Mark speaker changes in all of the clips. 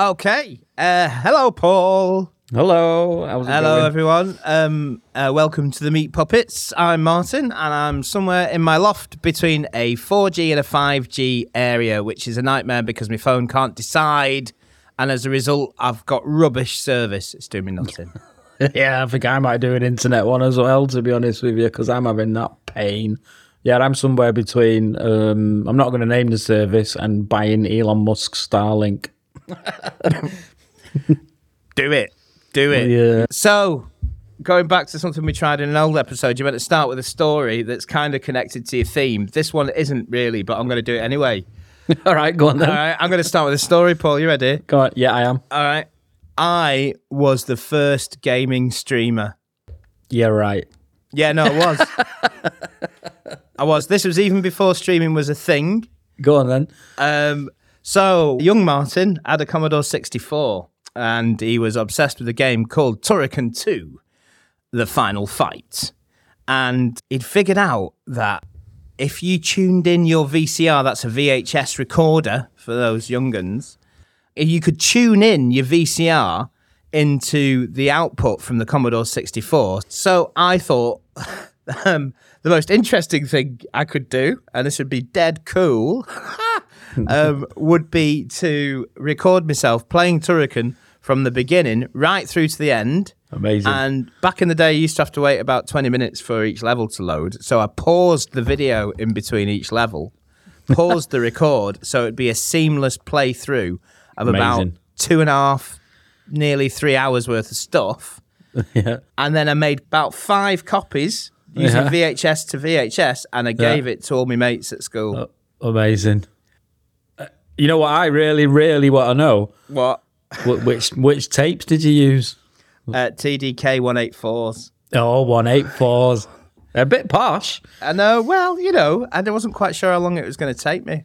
Speaker 1: Okay. Uh, hello, Paul.
Speaker 2: Hello. How's it
Speaker 1: Hello,
Speaker 2: going?
Speaker 1: everyone. Um, uh, welcome to the Meat Puppets. I'm Martin, and I'm somewhere in my loft between a 4G and a 5G area, which is a nightmare because my phone can't decide, and as a result, I've got rubbish service. It's doing me nothing.
Speaker 2: yeah, I think I might do an internet one as well, to be honest with you, because I'm having that pain. Yeah, I'm somewhere between, um, I'm not going to name the service, and buying Elon Musk's Starlink.
Speaker 1: Do it. Do it.
Speaker 2: Yeah.
Speaker 1: So, going back to something we tried in an old episode, you meant to start with a story that's kind of connected to your theme. This one isn't really, but I'm going to do it anyway.
Speaker 2: All right, go on then.
Speaker 1: All right, I'm going to start with a story, Paul. You ready?
Speaker 2: Uh, Go on. Yeah, I am.
Speaker 1: All right. I was the first gaming streamer.
Speaker 2: Yeah, right.
Speaker 1: Yeah, no, I was. I was. This was even before streaming was a thing.
Speaker 2: Go on then.
Speaker 1: Um, so, young Martin had a Commodore 64 and he was obsessed with a game called Turrican 2 The Final Fight. And he'd figured out that if you tuned in your VCR, that's a VHS recorder for those young guns, you could tune in your VCR into the output from the Commodore 64. So I thought um, the most interesting thing I could do, and this would be dead cool, um, would be to record myself playing Turrican from the beginning right through to the end.
Speaker 2: Amazing.
Speaker 1: And back in the day, you used to have to wait about 20 minutes for each level to load. So I paused the video in between each level, paused the record, so it'd be a seamless playthrough of about
Speaker 2: Amazing.
Speaker 1: two and a half, nearly three hours worth of stuff.
Speaker 2: yeah.
Speaker 1: And then I made about five copies using
Speaker 2: Yeah.
Speaker 1: VHS to VHS, and I gave it to all my mates at school.
Speaker 2: Amazing. Uh, You know what I really, really want to know?
Speaker 1: What?
Speaker 2: Wh- Which which tapes did you use?
Speaker 1: Uh, TDK 184s.
Speaker 2: Oh, 184s. A bit posh.
Speaker 1: And uh, well, you know, and I wasn't quite sure how long it was going to take me.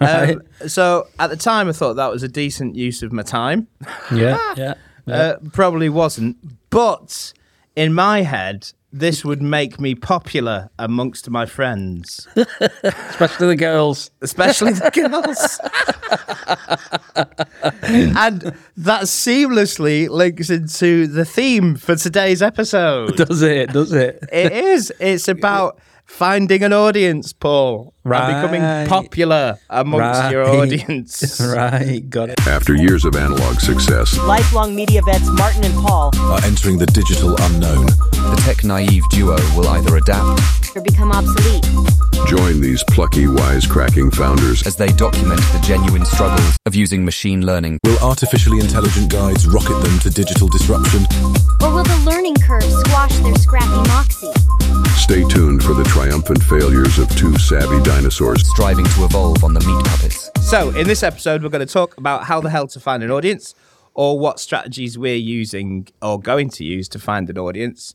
Speaker 2: Right.
Speaker 1: Um, so at the time, I thought that was a decent use of my time.
Speaker 2: Yeah. yeah.
Speaker 1: Uh, probably wasn't, but in my head, this would make me popular amongst my friends,
Speaker 2: Especially the girls.
Speaker 1: especially the girls. and that seamlessly links into the theme for today's episode.
Speaker 2: Does it? Does it?
Speaker 1: it is. It's about finding an audience, Paul, and
Speaker 2: Right.
Speaker 1: becoming popular amongst your
Speaker 2: Right.
Speaker 1: audience.
Speaker 2: uh, Right, got it.
Speaker 3: After years of analog success,
Speaker 4: Lifelong media vets Martin and Paul
Speaker 5: are entering the digital unknown.
Speaker 6: The tech naive duo will either adapt
Speaker 7: or become obsolete.
Speaker 3: join these plucky, wisecracking founders
Speaker 6: as they document the genuine struggles of using machine learning.
Speaker 5: Will artificially intelligent guides rocket them to digital disruption?
Speaker 7: Or will the learning curve squash their scrappy moxie?
Speaker 3: stay tuned for the triumphant failures of two savvy dinosaurs.
Speaker 6: Striving to evolve on the meat puppets.
Speaker 1: So, in this episode, we're going to talk about how the hell to find an audience or what strategies we're using or going to use to find an audience.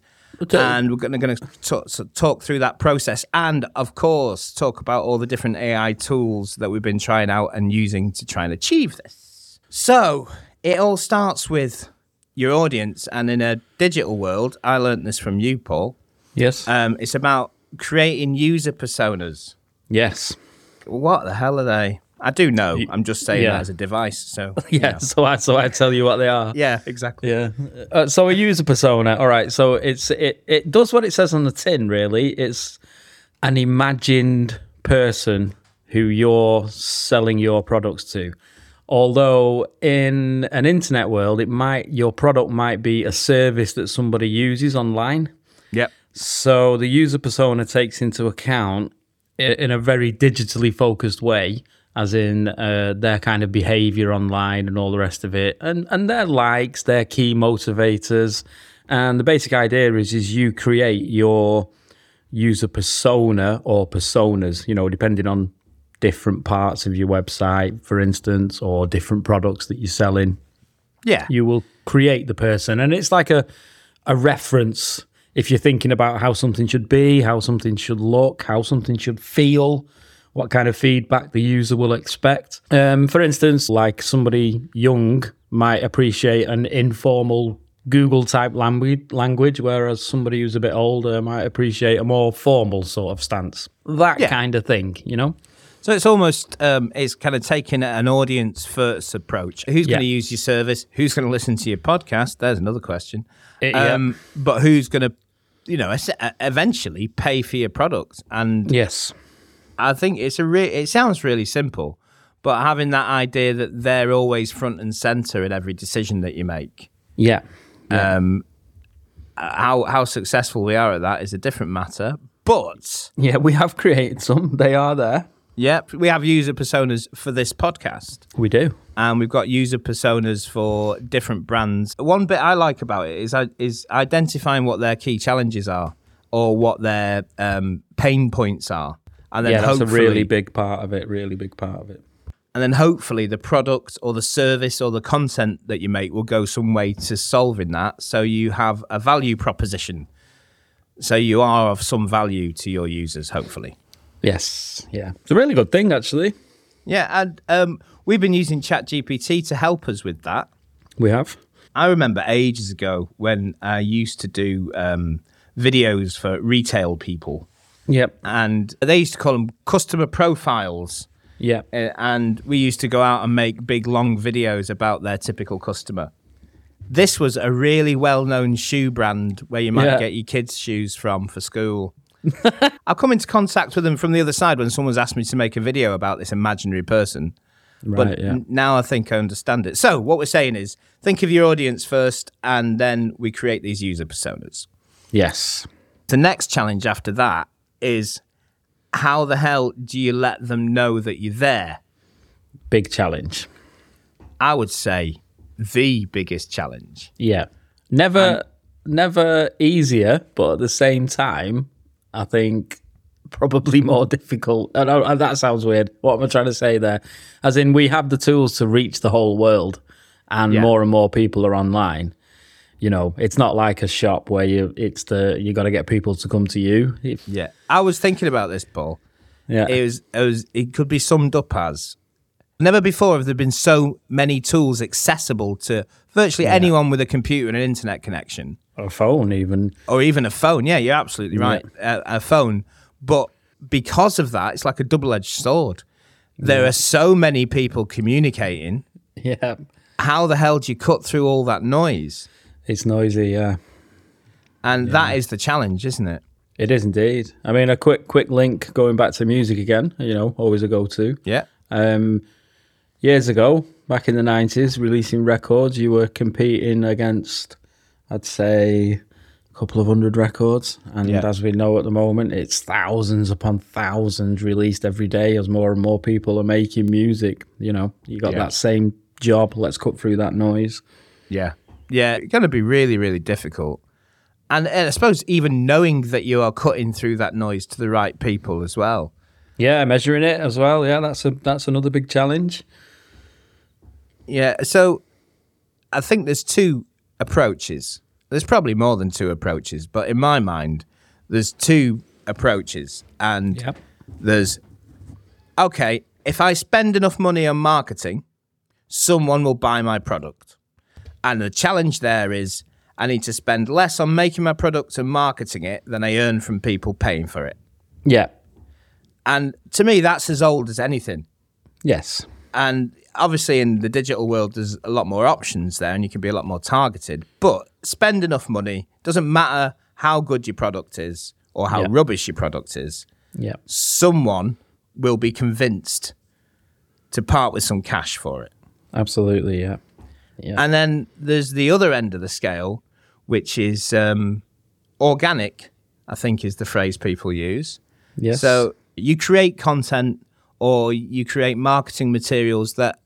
Speaker 1: And we're going to talk, so talk through that process and, of course, talk about all the different AI tools that we've been trying out and using to try and achieve this. So, it all starts with your audience. And in a digital world, I learned this from you, Paul.
Speaker 2: Yes.
Speaker 1: Um, it's about creating user personas.
Speaker 2: yes.
Speaker 1: What the hell are they? I do know. I'm just saying
Speaker 2: yeah.
Speaker 1: that as a device. So
Speaker 2: Yeah. So I so I tell you what they are.
Speaker 1: yeah, exactly.
Speaker 2: Yeah. Uh, so a user persona. All right. So it's it it does what it says on the tin. Really, it's an imagined person who you're selling your products to. Although in an internet world, it might your product might be a service that somebody uses online.
Speaker 1: Yep.
Speaker 2: So the user persona takes into account i- in a very digitally focused way, as in uh, their kind of behavior online and all the rest of it, and and their likes, their key motivators, and the basic idea is is you create your user persona or personas, you know, depending on different parts of your website, for instance, or different products that you're selling
Speaker 1: Yeah.
Speaker 2: you will create the person and it's like a a reference if you're thinking about how something should be how something should look how something should feel what kind of feedback the user will expect um, for instance like somebody young might appreciate an informal google type language language whereas somebody who's a bit older might appreciate a more formal sort of stance that kind of thing you know
Speaker 1: So it's almost um, it's kind of taking an audience first approach. Who's
Speaker 2: Yeah.
Speaker 1: going to use your service? Who's going to listen to your podcast? There's another question.
Speaker 2: It- yeah.
Speaker 1: But who's going to, you know, es- eventually pay for your product? And
Speaker 2: Yes.
Speaker 1: I think it's a re- it sounds really simple, but having that idea that they're always front and center in every decision that you make,
Speaker 2: Yeah.
Speaker 1: uh, how how successful we are at that is a different matter. But
Speaker 2: Yeah, we have created some. They are there.
Speaker 1: yep, we have user personas for this podcast.
Speaker 2: We do.
Speaker 1: and we've got user personas for different brands. One bit I like about it is is identifying what their key challenges are or what their um, pain points are, and then
Speaker 2: yeah, that's a
Speaker 1: hopefully,
Speaker 2: really big part of it. Really big part of it.
Speaker 1: and then hopefully the product or the service or the content that you make will go some way to solving that. So you have a value proposition. So you are of some value to your users, hopefully.
Speaker 2: Yes. Yeah. It's a really good thing, actually.
Speaker 1: Yeah, and um, we've been using ChatGPT to help us with that.
Speaker 2: We have.
Speaker 1: I remember ages ago when I used to do um, videos for retail people,
Speaker 2: Yep.
Speaker 1: and they used to call them customer profiles.
Speaker 2: Yep.
Speaker 1: Uh, and we used to go out and make big, long videos about their typical customer. This was a really well known shoe brand where you might
Speaker 2: Yeah.
Speaker 1: get your kids' shoes from for school. I've come into contact with them from the other side when someone's asked me to make a video about this imaginary person
Speaker 2: Right.
Speaker 1: but
Speaker 2: yeah.
Speaker 1: n- now I think I understand it. So what we're saying is, think of your audience first, and then we create these user personas.
Speaker 2: yes.
Speaker 1: The next challenge after that is, how the hell do you let them know that you're there?
Speaker 2: Big challenge.
Speaker 1: I would say the biggest challenge.
Speaker 2: Yeah. Never, never easier, but at the same time, I think probably more difficult. And, I- and that sounds weird. What am I trying to say there? As in, we have the tools to reach the whole world, and
Speaker 1: Yeah.
Speaker 2: more and more people are online. You know, it's not like a shop where you it's the you got to get people to come to you. If-
Speaker 1: Yeah, I was thinking about this, Paul.
Speaker 2: yeah.
Speaker 1: It was, it was, it could be summed up as. Never before have there been so many tools accessible to virtually anyone with a computer and an internet connection.
Speaker 2: a phone even.
Speaker 1: or even a phone. Yeah, you're absolutely right. A, a phone, but because of that, it's like a double-edged sword. There are so many people communicating.
Speaker 2: Yeah.
Speaker 1: How the hell do you cut through all that noise?
Speaker 2: It's noisy, yeah.
Speaker 1: And that is the challenge, isn't it?
Speaker 2: It is indeed. I mean, a quick quick link going back to music again, you know, always a go to.
Speaker 1: Yeah.
Speaker 2: Um, years ago, back in the 90s, releasing records, you were competing against, I'd say, a couple of hundred records. And
Speaker 1: Yeah.
Speaker 2: as we know at the moment, it's thousands upon thousands released every day as more and more people are making music. You know, you got
Speaker 1: Yeah.
Speaker 2: that same job, let's cut through that noise.
Speaker 1: Yeah. Yeah, it's going to be really, really difficult. And, and I suppose even knowing that you are cutting through that noise to the right people as well.
Speaker 2: Yeah, measuring it as well. Yeah, that's a that's another big challenge.
Speaker 1: Yeah. So I think there's two approaches. There's probably more than two approaches, but in my mind, there's two approaches. And
Speaker 2: Yep.
Speaker 1: there's, okay, if I spend enough money on marketing, someone will buy my product. And the challenge there is I need to spend less on making my product and marketing it than I earn from people paying for it.
Speaker 2: Yeah.
Speaker 1: And to me, that's as old as anything.
Speaker 2: Yes.
Speaker 1: And obviously, in the digital world, there's a lot more options there and you can be a lot more targeted. But spend enough money, doesn't matter how good your product is or how
Speaker 2: Yeah.
Speaker 1: rubbish your product is,
Speaker 2: Yeah.
Speaker 1: someone will be convinced to part with some cash for it.
Speaker 2: Absolutely. Yeah.
Speaker 1: And then there's the other end of the scale, which is um, organic, I think is the phrase people use.
Speaker 2: Yes.
Speaker 1: So you create content or you create marketing materials that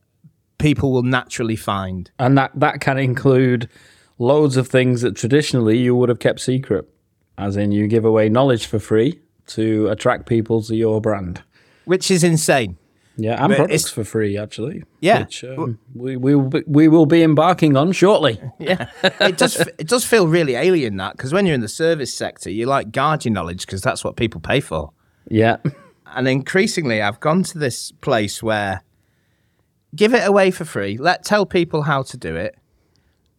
Speaker 1: people will naturally find.
Speaker 2: and that that can include loads of things that traditionally you would have kept secret as in you give away knowledge for free to attract people to your brand
Speaker 1: which is insane.
Speaker 2: yeah and
Speaker 1: But
Speaker 2: products
Speaker 1: it's-
Speaker 2: for free actually
Speaker 1: Yeah.
Speaker 2: which um, we, we, will be, we will be embarking on shortly
Speaker 1: Yeah, it does. f- It does feel really alien that because when you're in the service sector, you like guard your knowledge because that's what people pay for.
Speaker 2: yeah
Speaker 1: And increasingly, I've gone to this place where give it away for free. Let tell people how to do it,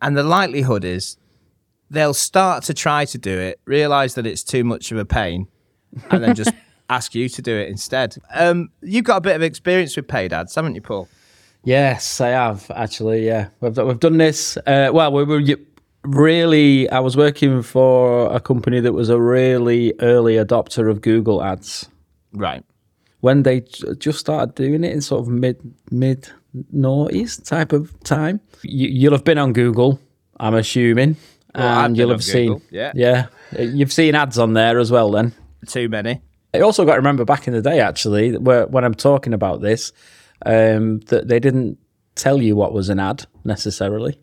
Speaker 1: and the likelihood is they'll start to try to do it, realize that it's too much of a pain, and then just ask you to do it instead. Um, you've got a bit of experience with paid ads, haven't you, Paul?
Speaker 2: Yes, I have actually. Yeah, we've, we've done this. Uh, well, we were y- really. I was working for a company that was a really early adopter of Google Ads
Speaker 1: Right.
Speaker 2: when they j- just started doing it in sort of mid mid noughties type of time. You, you'll have been on Google, I'm assuming,
Speaker 1: I've
Speaker 2: and
Speaker 1: been
Speaker 2: you'll
Speaker 1: on
Speaker 2: have seen.
Speaker 1: Google, yeah.
Speaker 2: yeah, Uh, you've seen ads on there as well. Then
Speaker 1: Too many.
Speaker 2: I also got to remember back in the day, actually, that where, when I'm talking about this, um, that they didn't tell you what was an ad necessarily.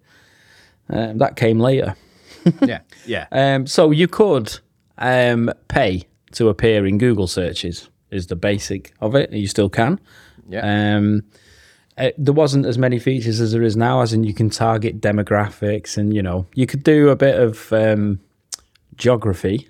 Speaker 2: Um, that came later.
Speaker 1: yeah. Yeah.
Speaker 2: Um, so you could um, pay to appear in Google searches, is the basic of it. You still can.
Speaker 1: Yeah.
Speaker 2: Um, uh, there wasn't as many features as there is now, as in you can target demographics and, you know, you could do a bit of um, geography.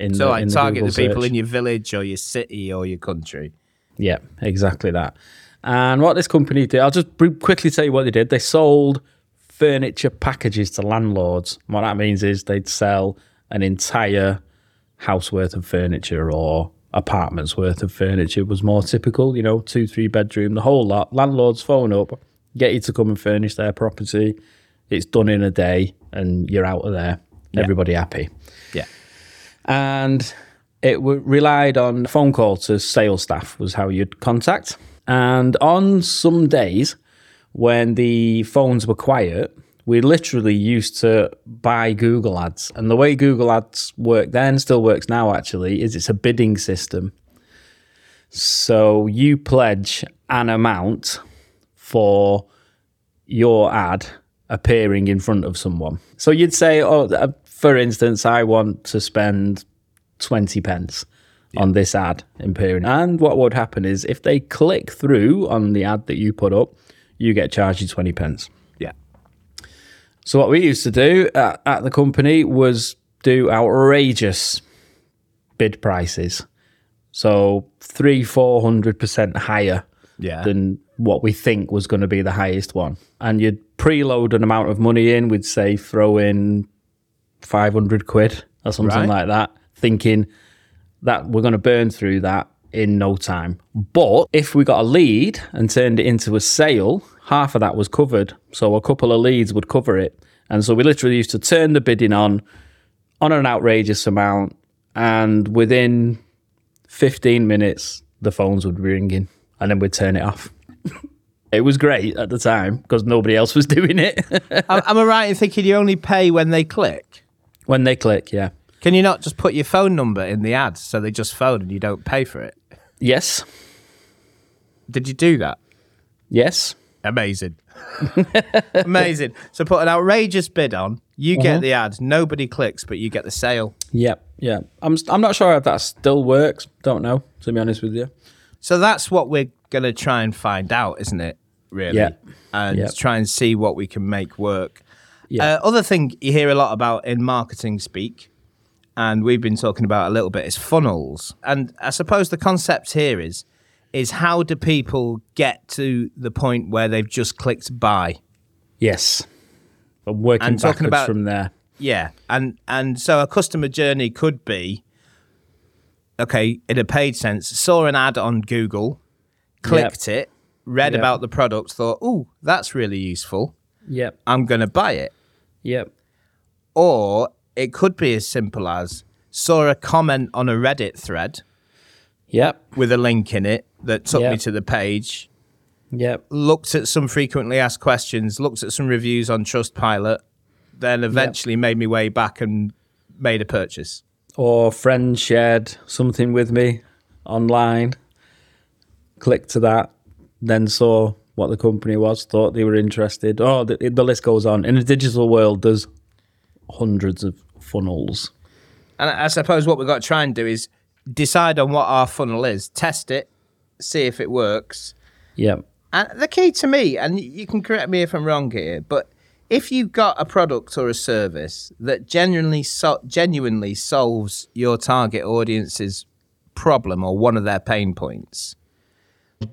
Speaker 2: In
Speaker 1: so, like,
Speaker 2: in
Speaker 1: target
Speaker 2: Google
Speaker 1: the people
Speaker 2: search.
Speaker 1: in your village or your city or your country.
Speaker 2: Yeah, exactly that. And what this company did, I'll just br- quickly tell you what they did. They sold furniture packages to landlords. What that means is they'd sell an entire house worth of furniture or apartments worth of furniture was more typical, you know, two, three bedroom, the whole lot. Landlords phone up, get you to come and furnish their property. It's done in a day and you're out of there. Everybody happy
Speaker 1: Yeah.
Speaker 2: and it w- relied on phone call to sales staff was how you'd contact. And on some days when the phones were quiet, we literally used to buy Google ads. And the way Google ads worked then, still works now actually, is it's a bidding system. So you pledge an amount for your ad appearing in front of someone. So you'd say, oh, uh, for instance, I want to spend 20 pence on this ad appearing. And what would happen is if they click through on the ad that you put up, you get charged your 20 pence.
Speaker 1: Yeah.
Speaker 2: So what we used to do at, at the company was do outrageous bid prices. So three, four hundred percent higher
Speaker 1: Yeah.
Speaker 2: than what we think was going to be the highest one. And you'd preload an amount of money in, we'd say throw in five hundred quid or something
Speaker 1: Right.
Speaker 2: like that, thinking that we're going to burn through that in no time. But if we got a lead and turned it into a sale, half of that was covered. So a couple of leads would cover it. And so we literally used to turn the bidding on on an outrageous amount. And within 15 minutes, the phones would be ringing and then we'd turn it off. it was great at the time because nobody else was doing it.
Speaker 1: am, am I right in thinking you only pay when they click?
Speaker 2: when they click, yeah.
Speaker 1: Can you not just put your phone number in the ad so they just phone and you don't pay for it?
Speaker 2: Yes.
Speaker 1: Did you do that?
Speaker 2: Yes.
Speaker 1: Amazing. Amazing. So put an outrageous bid on. You get the ad. Nobody clicks, but you get the sale.
Speaker 2: Yep, yeah. I'm I'm not sure if that still works. Don't know, to be honest with you.
Speaker 1: So that's what we're going to try and find out, isn't it? Really?
Speaker 2: Yeah.
Speaker 1: And
Speaker 2: Yeah.
Speaker 1: try and see what we can make work.
Speaker 2: Yeah.
Speaker 1: Uh, other thing you hear a lot about in marketing speak, and we've been talking about a little bit, is funnels. And I suppose the concept here is is how do people get to the point where they've just clicked buy?
Speaker 2: Yes. I'm working
Speaker 1: And talking
Speaker 2: backwards
Speaker 1: about-
Speaker 2: from there.
Speaker 1: Yeah, and and so a customer journey could be okay in a paid sense. Saw an ad on Google, clicked it, read
Speaker 2: Yep.
Speaker 1: about the product, thought, "Oh, that's really useful.
Speaker 2: Yep.
Speaker 1: I'm going to buy it."
Speaker 2: Yep.
Speaker 1: Or it could be as simple as saw a comment on a Reddit thread
Speaker 2: Yep.
Speaker 1: with a link in it that took me
Speaker 2: Yep.
Speaker 1: to the page.
Speaker 2: Yep.
Speaker 1: Looked at some frequently asked questions. Looked at some reviews on Trustpilot. Then eventually made me way back and made a purchase.
Speaker 2: Or friend shared something with me online. Clicked to that, then saw what the company was, thought they were interested. Oh, the, the list goes on. In the digital world, there's hundreds of funnels.
Speaker 1: And I I suppose what we've got to try and do is decide on what our funnel is, test it, see if it works.
Speaker 2: Yep.
Speaker 1: And the key to me, and you can correct me if I'm wrong here, but if you've got a product or a service that genuinely so- genuinely solves your target audience's problem or one of their pain points,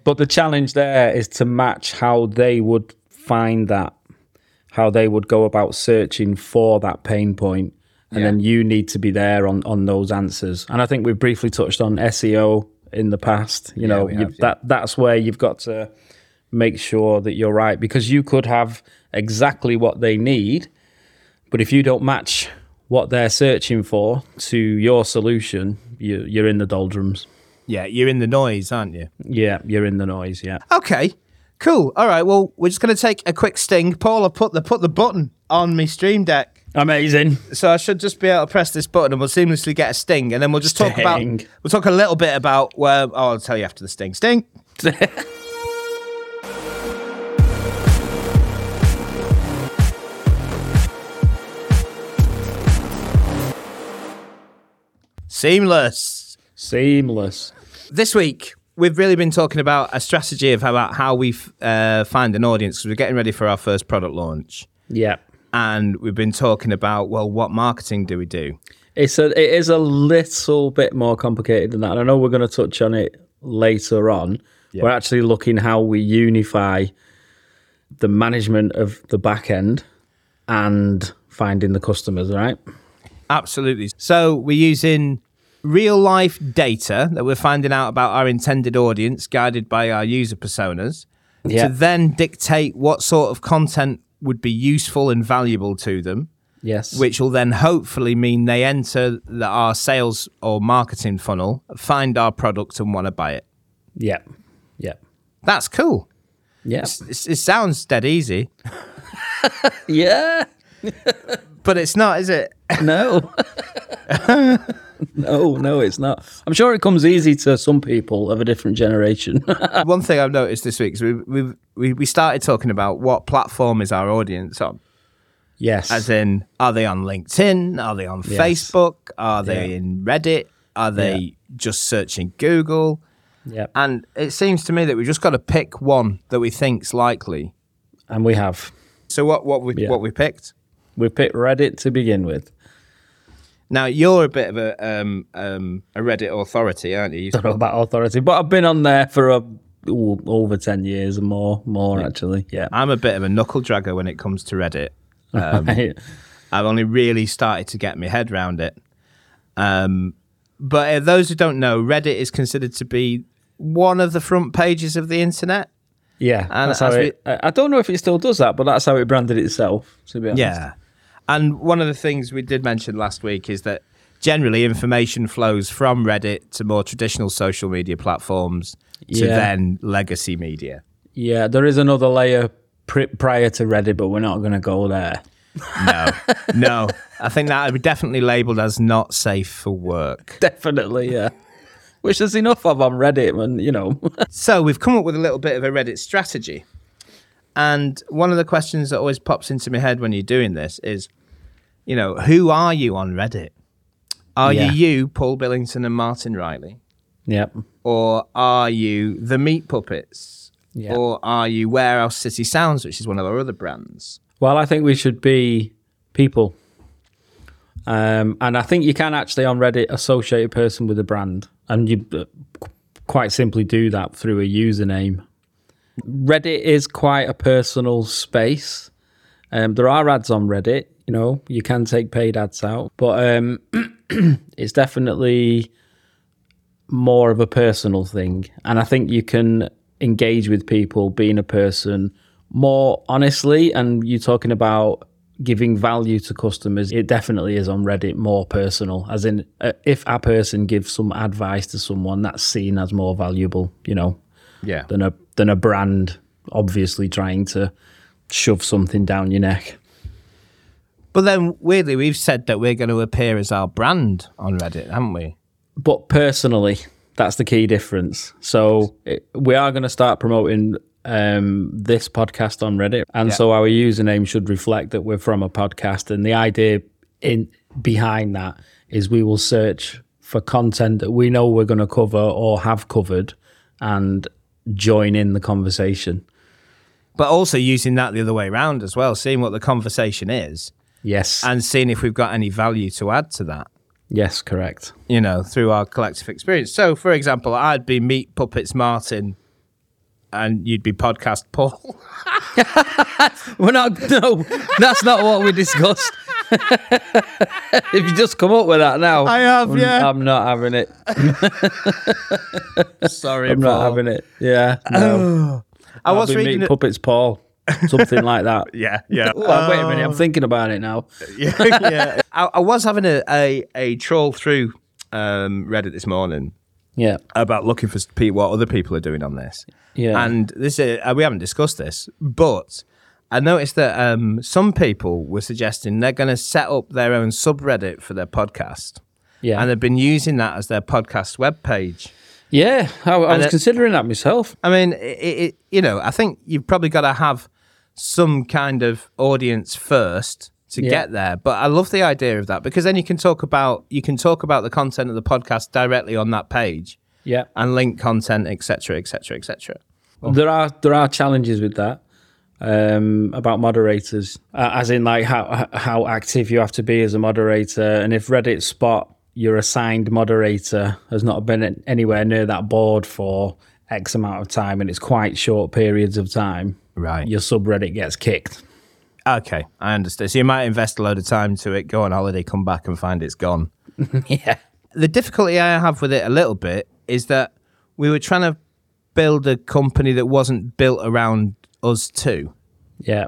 Speaker 2: But the challenge there is to match how they would find that, how they would go about searching for that pain point, and then you need to be there on on those answers. And I think we've briefly touched on SEO in the past. You know, you, that that's where you've got to make sure that you're right because you could have exactly what they need, but if you don't match what they're searching for to your solution, you, you're in the doldrums.
Speaker 1: Yeah, you're in the noise, aren't you?
Speaker 2: Yeah, you're in the noise. Yeah.
Speaker 1: Okay, cool. All right. Well, we're just going to take a quick sting. Paula put the put the button on me Stream Deck,
Speaker 2: Amazing.
Speaker 1: so I should just be able to press this button and we'll seamlessly get a sting, and then we'll just talk about
Speaker 2: Sting.
Speaker 1: we'll talk a little bit about where. Oh, I'll tell you after the sting. Sting. Seamless.
Speaker 2: Seamless.
Speaker 1: this week we've really been talking about a strategy of about how we f- uh, find an audience 'cause we're getting ready for our first product launch
Speaker 2: Yeah.
Speaker 1: and we've been talking about well what marketing do we do
Speaker 2: It's a it is a little bit more complicated than that. And I know we're going to touch on it later on. We're actually looking how we unify the management of the back end and finding the customers, right?
Speaker 1: absolutely so we're using real life data that we're finding out about our intended audience guided by our user personas
Speaker 2: Yeah.
Speaker 1: to then dictate what sort of content would be useful and valuable to them
Speaker 2: Yes.
Speaker 1: which will then hopefully mean they enter the, our sales or marketing funnel find our product and want to buy it
Speaker 2: yeah. Yeah.
Speaker 1: That's cool.
Speaker 2: Yeah.
Speaker 1: It's, it sounds dead easy,
Speaker 2: Yeah.
Speaker 1: but it's not, is it?
Speaker 2: No. no, no, it's not. I'm sure it comes easy to some people of a different generation.
Speaker 1: One thing I've noticed this week is we we we we started talking about what platform is our audience on,
Speaker 2: yes.
Speaker 1: as in are they on LinkedIn? Are they on
Speaker 2: Yes.
Speaker 1: Facebook? Are they
Speaker 2: Yeah.
Speaker 1: in Reddit? Are they
Speaker 2: Yeah.
Speaker 1: just searching Google?
Speaker 2: yeah.
Speaker 1: And it seems to me that we've just got to pick one that we think's likely.
Speaker 2: And we have.
Speaker 1: So what what we
Speaker 2: Yeah.
Speaker 1: what we picked?
Speaker 2: We picked Reddit to begin with.
Speaker 1: Now you're a bit of a um, um, a Reddit authority, aren't you? You
Speaker 2: don't know about authority, but I've been on there for a, ooh, over ten years and more, more actually. Yeah,
Speaker 1: I'm a bit of a knuckle dragger when it comes to Reddit.
Speaker 2: Right.
Speaker 1: I've only really started to get my head round it. Um, but uh, those who don't know, Reddit is considered to be one of the front pages of the internet.
Speaker 2: yeah.
Speaker 1: and
Speaker 2: that's how
Speaker 1: as
Speaker 2: it, I I don't know if it still does that, but that's how it branded itself. To be honest,
Speaker 1: And one of the things we did mention last week is that generally information flows from Reddit to more traditional social media platforms to
Speaker 2: Yeah.
Speaker 1: then legacy media.
Speaker 2: yeah. There is another layer pri prior to Reddit, but we're not going to go there.
Speaker 1: No, no. I think that would be definitely labeled as not safe for work.
Speaker 2: Definitely, yeah. Which there's enough of on Reddit, and you know,
Speaker 1: So we've come up with a little bit of a Reddit strategy. And one of the questions that always pops into my head when you're doing this is, you know, who are you on Reddit? Are
Speaker 2: Yeah.
Speaker 1: you you, Paul Billington and Martin Riley?
Speaker 2: yeah,
Speaker 1: Or are you the Meat Puppets?
Speaker 2: Yeah.
Speaker 1: Or are you Warehouse City Sounds, which is one of our other brands?
Speaker 2: Well, I think we should be people. Um, and I think you can actually on Reddit associate a person with a brand, and you uh, qu- quite simply do that through a username. Reddit is quite a personal space. Um, there are ads on Reddit, you know, you can take paid ads out, but um, it's definitely more of a personal thing. And I think you can engage with people being a person more honestly. And you talking about giving value to customers, it definitely is on Reddit more personal. As in, uh, if a person gives some advice to someone, that's seen as more valuable, you know,
Speaker 1: Yeah.
Speaker 2: than a than a brand obviously trying to shove something down your neck.
Speaker 1: But then, weirdly, we've said that we're going to appear as our brand on Reddit, haven't we?
Speaker 2: but personally, that's the key difference. So it, we are going to start promoting um, this podcast on Reddit, and so our username should reflect that we're from a podcast. And the idea in behind that is we will search for content that we know we're going to cover or have covered, and join in the conversation.
Speaker 1: But also using that the other way around as well, seeing what the conversation is.
Speaker 2: Yes,
Speaker 1: and seeing if we've got any value to add to that,
Speaker 2: yes, correct.
Speaker 1: you know, through our collective experience. So, for example, I'd be Meat Puppets Martin and you'd be Podcast Paul.
Speaker 2: We're not. No, that's not what we discussed. if you just come up with that now,
Speaker 1: I have,
Speaker 2: I'm-
Speaker 1: yeah.
Speaker 2: I'm not having it.
Speaker 1: Sorry,
Speaker 2: I'm not having it. Yeah, no.
Speaker 1: I
Speaker 2: I'll
Speaker 1: was
Speaker 2: be
Speaker 1: reading.
Speaker 2: meat
Speaker 1: it-
Speaker 2: puppets, Paul, something like that.
Speaker 1: Yeah, yeah.
Speaker 2: Oh, wait a minute, I'm thinking about it now.
Speaker 1: yeah, yeah. I, I was having a, a, a troll through um, Reddit this morning
Speaker 2: Yeah,
Speaker 1: about looking for pe- what other people are doing on this.
Speaker 2: Yeah.
Speaker 1: And this is, uh, we haven't discussed this, but I noticed that um, some people were suggesting they're going to set up their own subreddit for their podcast.
Speaker 2: yeah,
Speaker 1: And they've been using that as their podcast webpage.
Speaker 2: yeah. I, I was
Speaker 1: it-
Speaker 2: considering that myself.
Speaker 1: I mean, it, it, you know, I think you've probably got to have some kind of audience first to
Speaker 2: Yeah.
Speaker 1: get there. But I love the idea of that because then you can talk about you can talk about the content of the podcast directly on that page
Speaker 2: Yeah,
Speaker 1: and link content, etc., etc., etc.
Speaker 2: There are there are challenges with that um, about moderators, uh, as in like how how active you have to be as a moderator, and if Reddit spot your assigned moderator has not been anywhere near that board for X amount of time, and it's quite short periods of time,
Speaker 1: Right.
Speaker 2: Your subreddit gets kicked.
Speaker 1: Okay, I understand. So you might invest a load of time to it, go on holiday, come back and find it's gone.
Speaker 2: yeah,
Speaker 1: the difficulty I have with it a little bit is that we were trying to build a company that wasn't built around us two.
Speaker 2: yeah,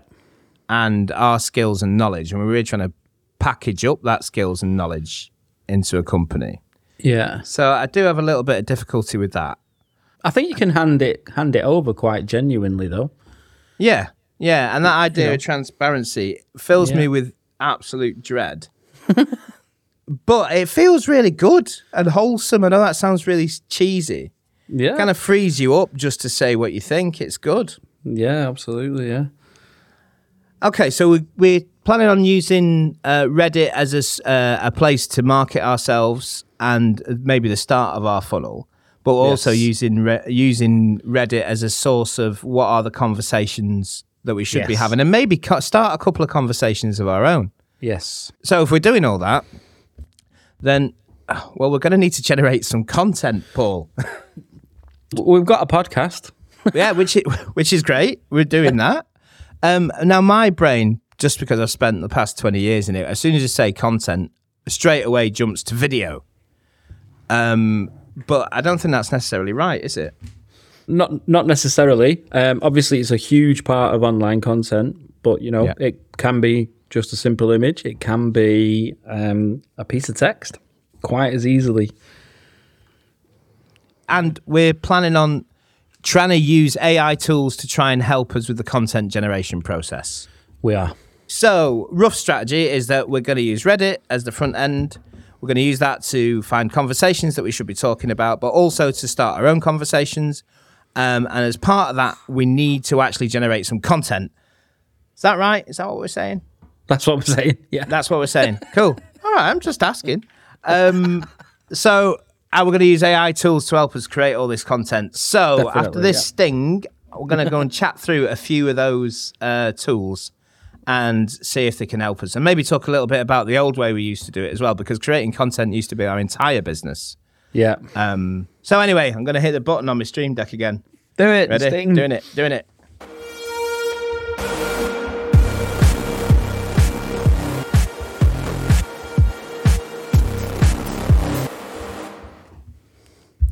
Speaker 1: and our skills and knowledge, and we were really trying to package up that skills and knowledge into a company.
Speaker 2: yeah.
Speaker 1: So I do have a little bit of difficulty with that.
Speaker 2: I think you can hand it hand it over quite genuinely though.
Speaker 1: Yeah, yeah, and that idea of transparency fills me
Speaker 2: Yeah.
Speaker 1: with absolute dread. but it feels really good and wholesome. I know that sounds really s- cheesy.
Speaker 2: Yeah,
Speaker 1: Kind of frees you up just to say what you think. It's good.
Speaker 2: yeah, absolutely, yeah.
Speaker 1: Okay, so we, we're planning on using uh, Reddit as a, s- uh, a place to market ourselves and maybe the start of our funnel, but we're also
Speaker 2: Yes.
Speaker 1: using re- using Reddit as a source of what are the conversations that we should be
Speaker 2: Yes.
Speaker 1: having, and maybe co- start a couple of conversations of our own.
Speaker 2: Yes,
Speaker 1: So if we're doing all that, then uh, well, we're going to need to generate some content, Paul.
Speaker 2: we've got a podcast.
Speaker 1: yeah, which i which is great. We're doing that. Um, now my brain, just because I've spent the past twenty years in it, as soon as you say content, straight away jumps to video. Um, but I don't think that's necessarily right, is it?
Speaker 2: not not necessarily. Um, obviously, it's a huge part of online content, but you know,
Speaker 1: Yeah.
Speaker 2: it can be just a simple image. It can be um, a piece of text quite as easily.
Speaker 1: And we're planning on trying to use AI tools to try and help us with the content generation process.
Speaker 2: We are.
Speaker 1: So, rough strategy is that we're going to use Reddit as the front end. We're going to use that to find conversations that we should be talking about, but also to start our own conversations. Um, and as part of that, we need to actually generate some content. Is that right? Is that what we're saying?
Speaker 2: That's what I'm saying. Yeah.
Speaker 1: That's what we're saying. cool. All right. I'm just asking. Um, so, and we're going to use AI tools to help us create all this content. So, after
Speaker 2: Definitely,
Speaker 1: this
Speaker 2: yeah.
Speaker 1: sting, we're going to go and chat through a few of those uh, tools and see if they can help us. And maybe talk a little bit about the old way we used to do it as well, because creating content used to be our entire business.
Speaker 2: yeah.
Speaker 1: Um, so, anyway, I'm going to hit the button on my stream deck again.
Speaker 2: Do it.
Speaker 1: Ready?
Speaker 2: Sting.
Speaker 1: Doing it. Doing it.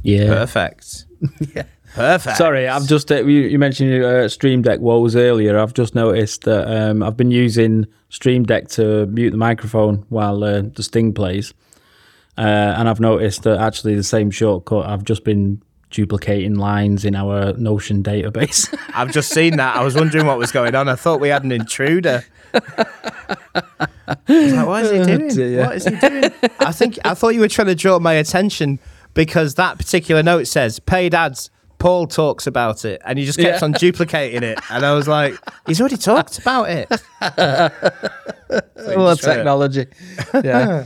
Speaker 2: Yeah.
Speaker 1: Perfect. Perfect.
Speaker 2: Sorry, I've just uh, you, you mentioned your uh, Stream Deck woes earlier. I've just noticed that um, I've been using Stream Deck to mute the microphone while uh, the Sting plays, uh, and I've noticed that actually the same shortcut. I've just been duplicating lines in our Notion database.
Speaker 1: I've just seen that. I was wondering what was going on. I thought we had an intruder. I was like, what is he doing?
Speaker 2: Oh, dear.
Speaker 1: What is he doing? I think I thought you were trying to draw my attention because that particular note says paid ads. Paul talks about it, and he just kept
Speaker 2: Yeah.
Speaker 1: on duplicating it. And I was like, he's already talked about it.
Speaker 2: well,
Speaker 1: Sure.
Speaker 2: technology. Yeah.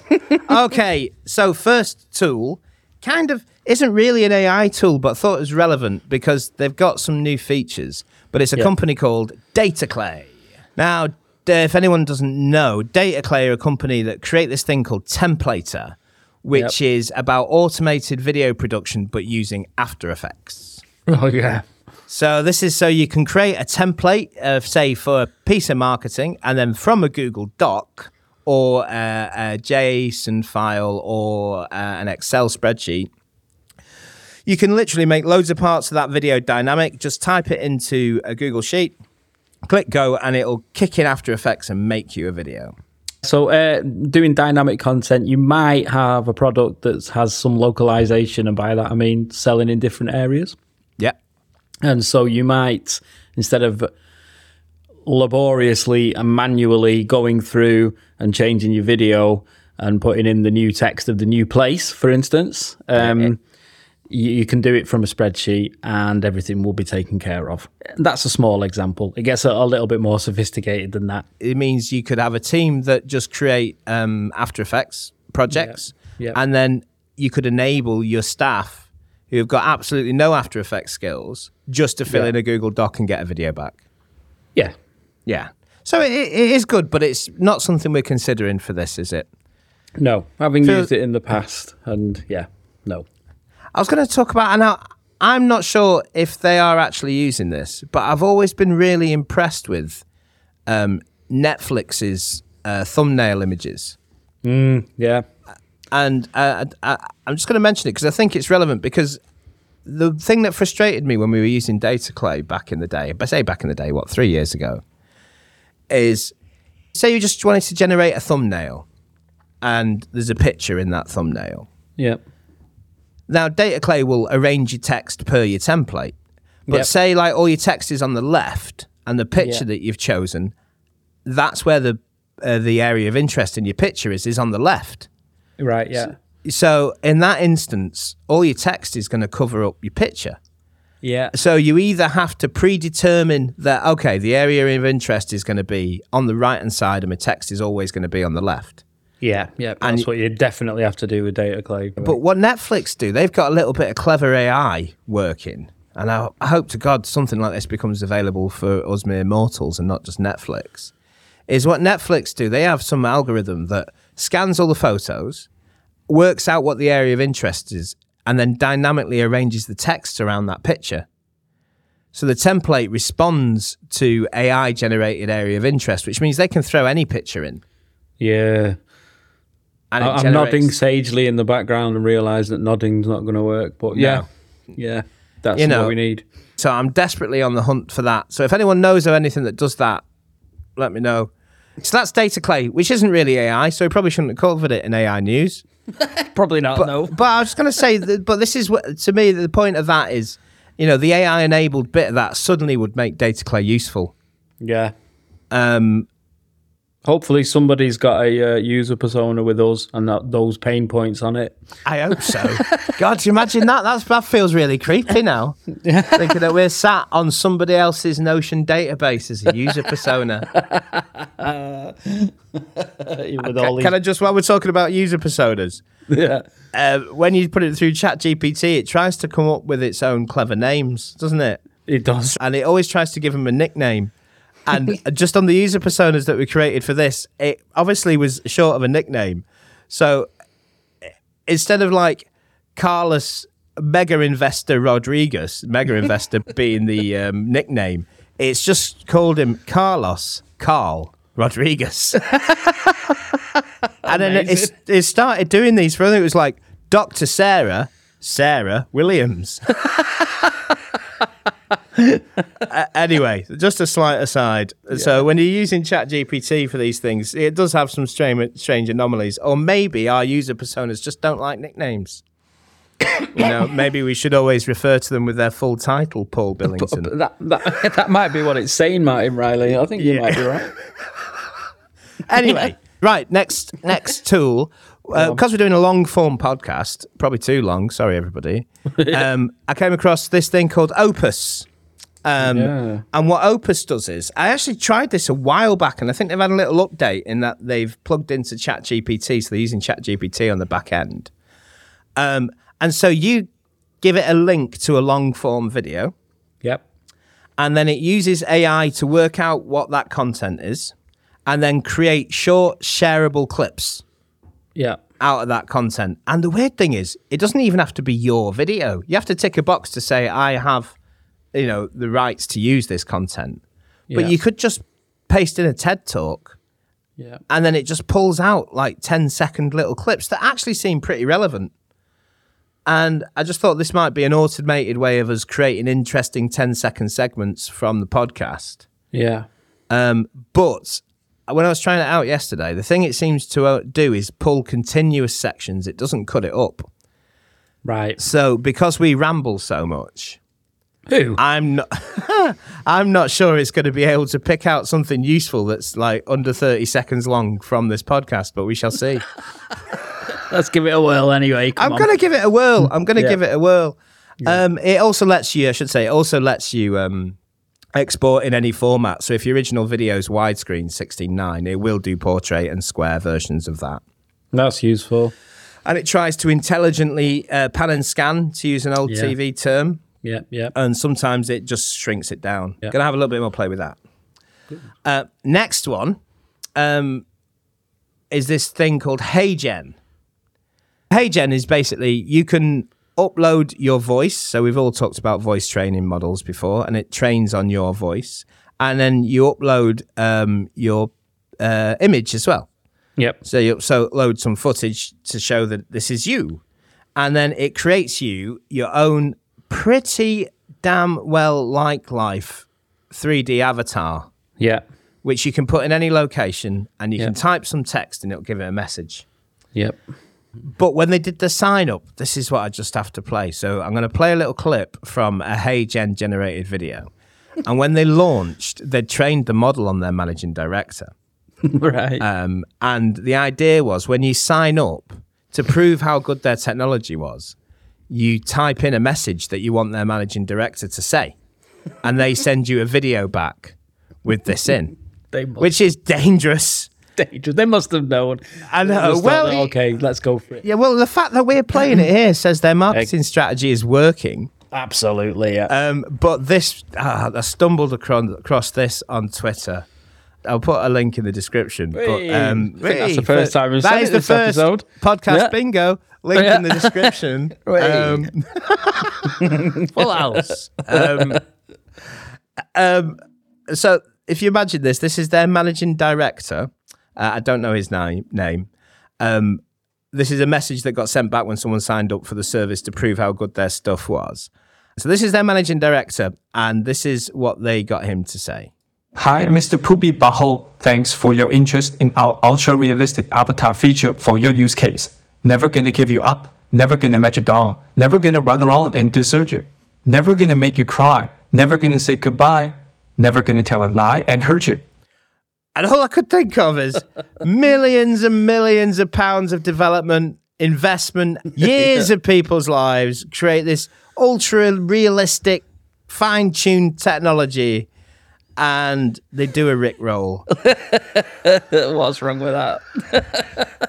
Speaker 1: okay, so first tool kind of isn't really an AI tool, but thought it was relevant because they've got some new features. But it's a company called Dataclay. Now, d- if anyone doesn't know, Dataclay are a company that create this thing called Templator, which is about automated video production but using After Effects.
Speaker 2: oh yeah.
Speaker 1: So this is so you can create a template of say for a piece of marketing and then from a Google Doc or a, a JSON file or uh, an Excel spreadsheet, you can literally make loads of parts of that video dynamic. Just type it into a Google Sheet, click go, and it'll kick in After Effects and make you a video.
Speaker 2: So, uh, doing dynamic content, you might have a product that has some localization, and by that I mean selling in different areas.
Speaker 1: Yeah.
Speaker 2: And so you might, instead of laboriously and manually going through and changing your video and putting in the new text of the new place, for instance, um, you, you can do it from a spreadsheet and everything will be taken care of. That's a small example. It gets a, a little bit more sophisticated than that.
Speaker 1: It means you could have a team that just create um, After Effects projects,
Speaker 2: Yeah.
Speaker 1: and then you could enable your staff who have got absolutely no After Effects skills just to fill
Speaker 2: Yeah.
Speaker 1: in a Google Doc and get a video back.
Speaker 2: Yeah.
Speaker 1: Yeah. So it, it is good, but it's not something we're considering for this, is it?
Speaker 2: No, having
Speaker 1: Phil-
Speaker 2: used it in the past, and yeah, no.
Speaker 1: I was going to talk about, and I, I'm not sure if they are actually using this, but I've always been really impressed with um, Netflix's uh, thumbnail images.
Speaker 2: Yeah.
Speaker 1: And uh, I, I- I'm just going to mention it because I think it's relevant because the thing that frustrated me when we were using data clay back in the day, I say back in the day, what, three years ago, is say you just wanted to generate a thumbnail and there's a picture in that thumbnail.
Speaker 2: Yeah.
Speaker 1: Now, Data Clay will arrange your text per your template. But
Speaker 2: Yep.
Speaker 1: say, like, all your text is on the left and the picture
Speaker 2: Yeah.
Speaker 1: that you've chosen, that's where the, uh, the area of interest in your picture is, is on the left.
Speaker 2: Right. Yeah.
Speaker 1: So, in that instance, all your text is going to cover up your picture.
Speaker 2: Yeah.
Speaker 1: So, you either have to predetermine that, okay, the area of interest is going to be on the right hand side and my text is always going to be on the left.
Speaker 2: Yeah. Yeah. That's what you definitely have to do with data clay.
Speaker 1: But what Netflix do, they've got a little bit of clever AI working. And I, I hope to God something like this becomes available for us mere mortals and not just Netflix. Is what Netflix do, they have some algorithm that scans all the photos, works out what the area of interest is, and then dynamically arranges the text around that picture. So the template responds to AI generated area of interest, which means they can throw any picture in.
Speaker 2: yeah.
Speaker 1: And
Speaker 2: I-
Speaker 1: it
Speaker 2: I'm nodding
Speaker 1: generates-
Speaker 2: sagely in the background and realising that nodding's not going to work. But yeah, yeah, that's
Speaker 1: You know.
Speaker 2: what we need.
Speaker 1: So I'm desperately on the hunt for that. So if anyone knows of anything that does that, let me know. So that's data clay, which isn't really AI, so we probably shouldn't have covered it in AI news.
Speaker 2: Probably not.
Speaker 1: But,
Speaker 2: no.
Speaker 1: but I was just going to say, that, but this is what to me the point of that is, you know, the AI enabled bit of that suddenly would make data clay useful.
Speaker 2: Yeah.
Speaker 1: Um,
Speaker 2: Hopefully somebody's got a uh, user persona with us and that, those pain points on it.
Speaker 1: I hope so. God, do you imagine that? That's, that feels really creepy now. Thinking that we're sat on somebody else's Notion database as a user persona.
Speaker 2: With
Speaker 1: Ca-
Speaker 2: all
Speaker 1: Can I just, while we're talking about user personas,
Speaker 2: yeah.
Speaker 1: uh, when you put it through ChatGPT, it tries to come up with its own clever names, doesn't it?
Speaker 2: It does.
Speaker 1: And it always tries to give them a nickname. And uh, just on the user personas that we created for this, it obviously was short of a nickname. So i- instead of like Carlos Mega Investor Rodriguez, Mega Investor being the um, nickname, it's just called him Carlos Carl Rodriguez. and then it, it started doing these for, I think it was like Dr. Sarah, Sarah Williams. A- anyway, just a slight aside. So when you're using ChatGPT for these things, it does have some strange, strange anomalies, or maybe our user personas just don't like nicknames. you know, maybe we should always refer to them with their full title, Paul Billington.
Speaker 2: That, that, that might be what it's saying, Martin Riley. I think you might be right.
Speaker 1: anyway, right next next tool Uh, because we're doing a long form podcast, probably too long. Sorry, everybody. um, I came across this thing called Opus. Um,
Speaker 2: Yeah.
Speaker 1: And what Opus does is, I actually tried this a while back, and I think they've had a little update in that they've plugged into ChatGPT, so they're using ChatGPT on the back end. Um, and so you give it a link to a long form video,
Speaker 2: Yep.
Speaker 1: and then it uses AI to work out what that content is, and then create short, shareable clips
Speaker 2: Yeah.
Speaker 1: out of that content. And the weird thing is, it doesn't even have to be your video. You have to tick a box to say, I have, you know, the rights to use this content. But
Speaker 2: Yeah.
Speaker 1: you could just paste in a TED talk
Speaker 2: Yeah.
Speaker 1: and then it just pulls out like 10 second little clips that actually seem pretty relevant. And I just thought this might be an automated way of us creating interesting 10 second segments from the podcast.
Speaker 2: Yeah.
Speaker 1: But when I was trying it out yesterday, the thing it seems to uh, do is pull continuous sections, it doesn't cut it up.
Speaker 2: Right.
Speaker 1: So because we ramble so much,
Speaker 2: Who?
Speaker 1: I'm not, I'm not sure it's going to be able to pick out something useful that's like under 30 seconds long from this podcast, but we shall see.
Speaker 2: Let's give it a whirl anyway. Come
Speaker 1: I'm
Speaker 2: on.
Speaker 1: going to give it a whirl. I'm going to
Speaker 2: Yeah.
Speaker 1: give it a whirl. Um, it also lets you, I should say, it also lets you um, export in any format. So if your original video is widescreen 16.9, it will do portrait and square versions of that.
Speaker 2: That's useful.
Speaker 1: And it tries to intelligently uh, pan and scan, to use an old
Speaker 2: Yeah.
Speaker 1: TV term.
Speaker 2: Yeah. Yeah.
Speaker 1: And sometimes it just shrinks it down.
Speaker 2: Yeah.
Speaker 1: Gonna have a little bit more play with that. Uh, next one um, is this thing called HeyGen. HeyGen is basically you can upload your voice. So we've all talked about voice training models before, and it trains on your voice, and then you upload um, your uh, image as well.
Speaker 2: Yep.
Speaker 1: So you upload some footage to show that this is you, and then it creates you your own pretty damn well like life 3D avatar,
Speaker 2: Yeah.
Speaker 1: which you can put in any location, and you
Speaker 2: Yeah.
Speaker 1: can type some text, and it'll give it a message.
Speaker 2: Yep.
Speaker 1: But when they did the sign up, this is what I just have to play. So I'm going to play a little clip from a Hey Gen generated video. and when they launched, they trained the model on their managing director.
Speaker 2: right.
Speaker 1: Um, and the idea was when you sign up to prove how good their technology was, you type in a message that you want their managing director to say, and they send you a video back with this in,
Speaker 2: they must
Speaker 1: which is dangerous.
Speaker 2: dangerous. They must have known.
Speaker 1: I
Speaker 2: They
Speaker 1: know.
Speaker 2: must have
Speaker 1: Well,
Speaker 2: thought,
Speaker 1: it-
Speaker 2: uh, okay, let's go for it.
Speaker 1: Yeah, well, the fact that we're playing it here says their marketing strategy is working.
Speaker 2: Absolutely. Yeah.
Speaker 1: Um, but this, ah, I stumbled across, across this on Twitter. I'll put a link in the description. But,
Speaker 2: Hey.
Speaker 1: um,
Speaker 2: I think that's the
Speaker 1: hey,
Speaker 2: first
Speaker 1: but
Speaker 2: time we've
Speaker 1: that
Speaker 2: said
Speaker 1: is
Speaker 2: it
Speaker 1: the
Speaker 2: this
Speaker 1: first
Speaker 2: episode.
Speaker 1: podcast
Speaker 2: Yeah.
Speaker 1: bingo. Link
Speaker 2: Yeah.
Speaker 1: in the description.
Speaker 2: Hey.
Speaker 1: um,
Speaker 2: Full house.
Speaker 1: um, um, so if you imagine this, this is their managing director. Uh, I don't know his ni- name. Um, this is a message that got sent back when someone signed up for the service to prove how good their stuff was. So this is their managing director, and this is what they got him to say.
Speaker 8: Hi, Mr. Poopy Butthole. Thanks for your interest in our ultra realistic avatar feature for your use case. Never gonna give you up. Never gonna let you down. Never gonna run around and desert you. Never gonna make you cry. Never gonna say goodbye. Never gonna tell a lie and hurt you.
Speaker 1: And all I could think of is millions and millions of pounds of development, investment, years of people's lives create this ultra realistic, fine tuned technology. And they do a Rick roll.
Speaker 2: What's wrong with that?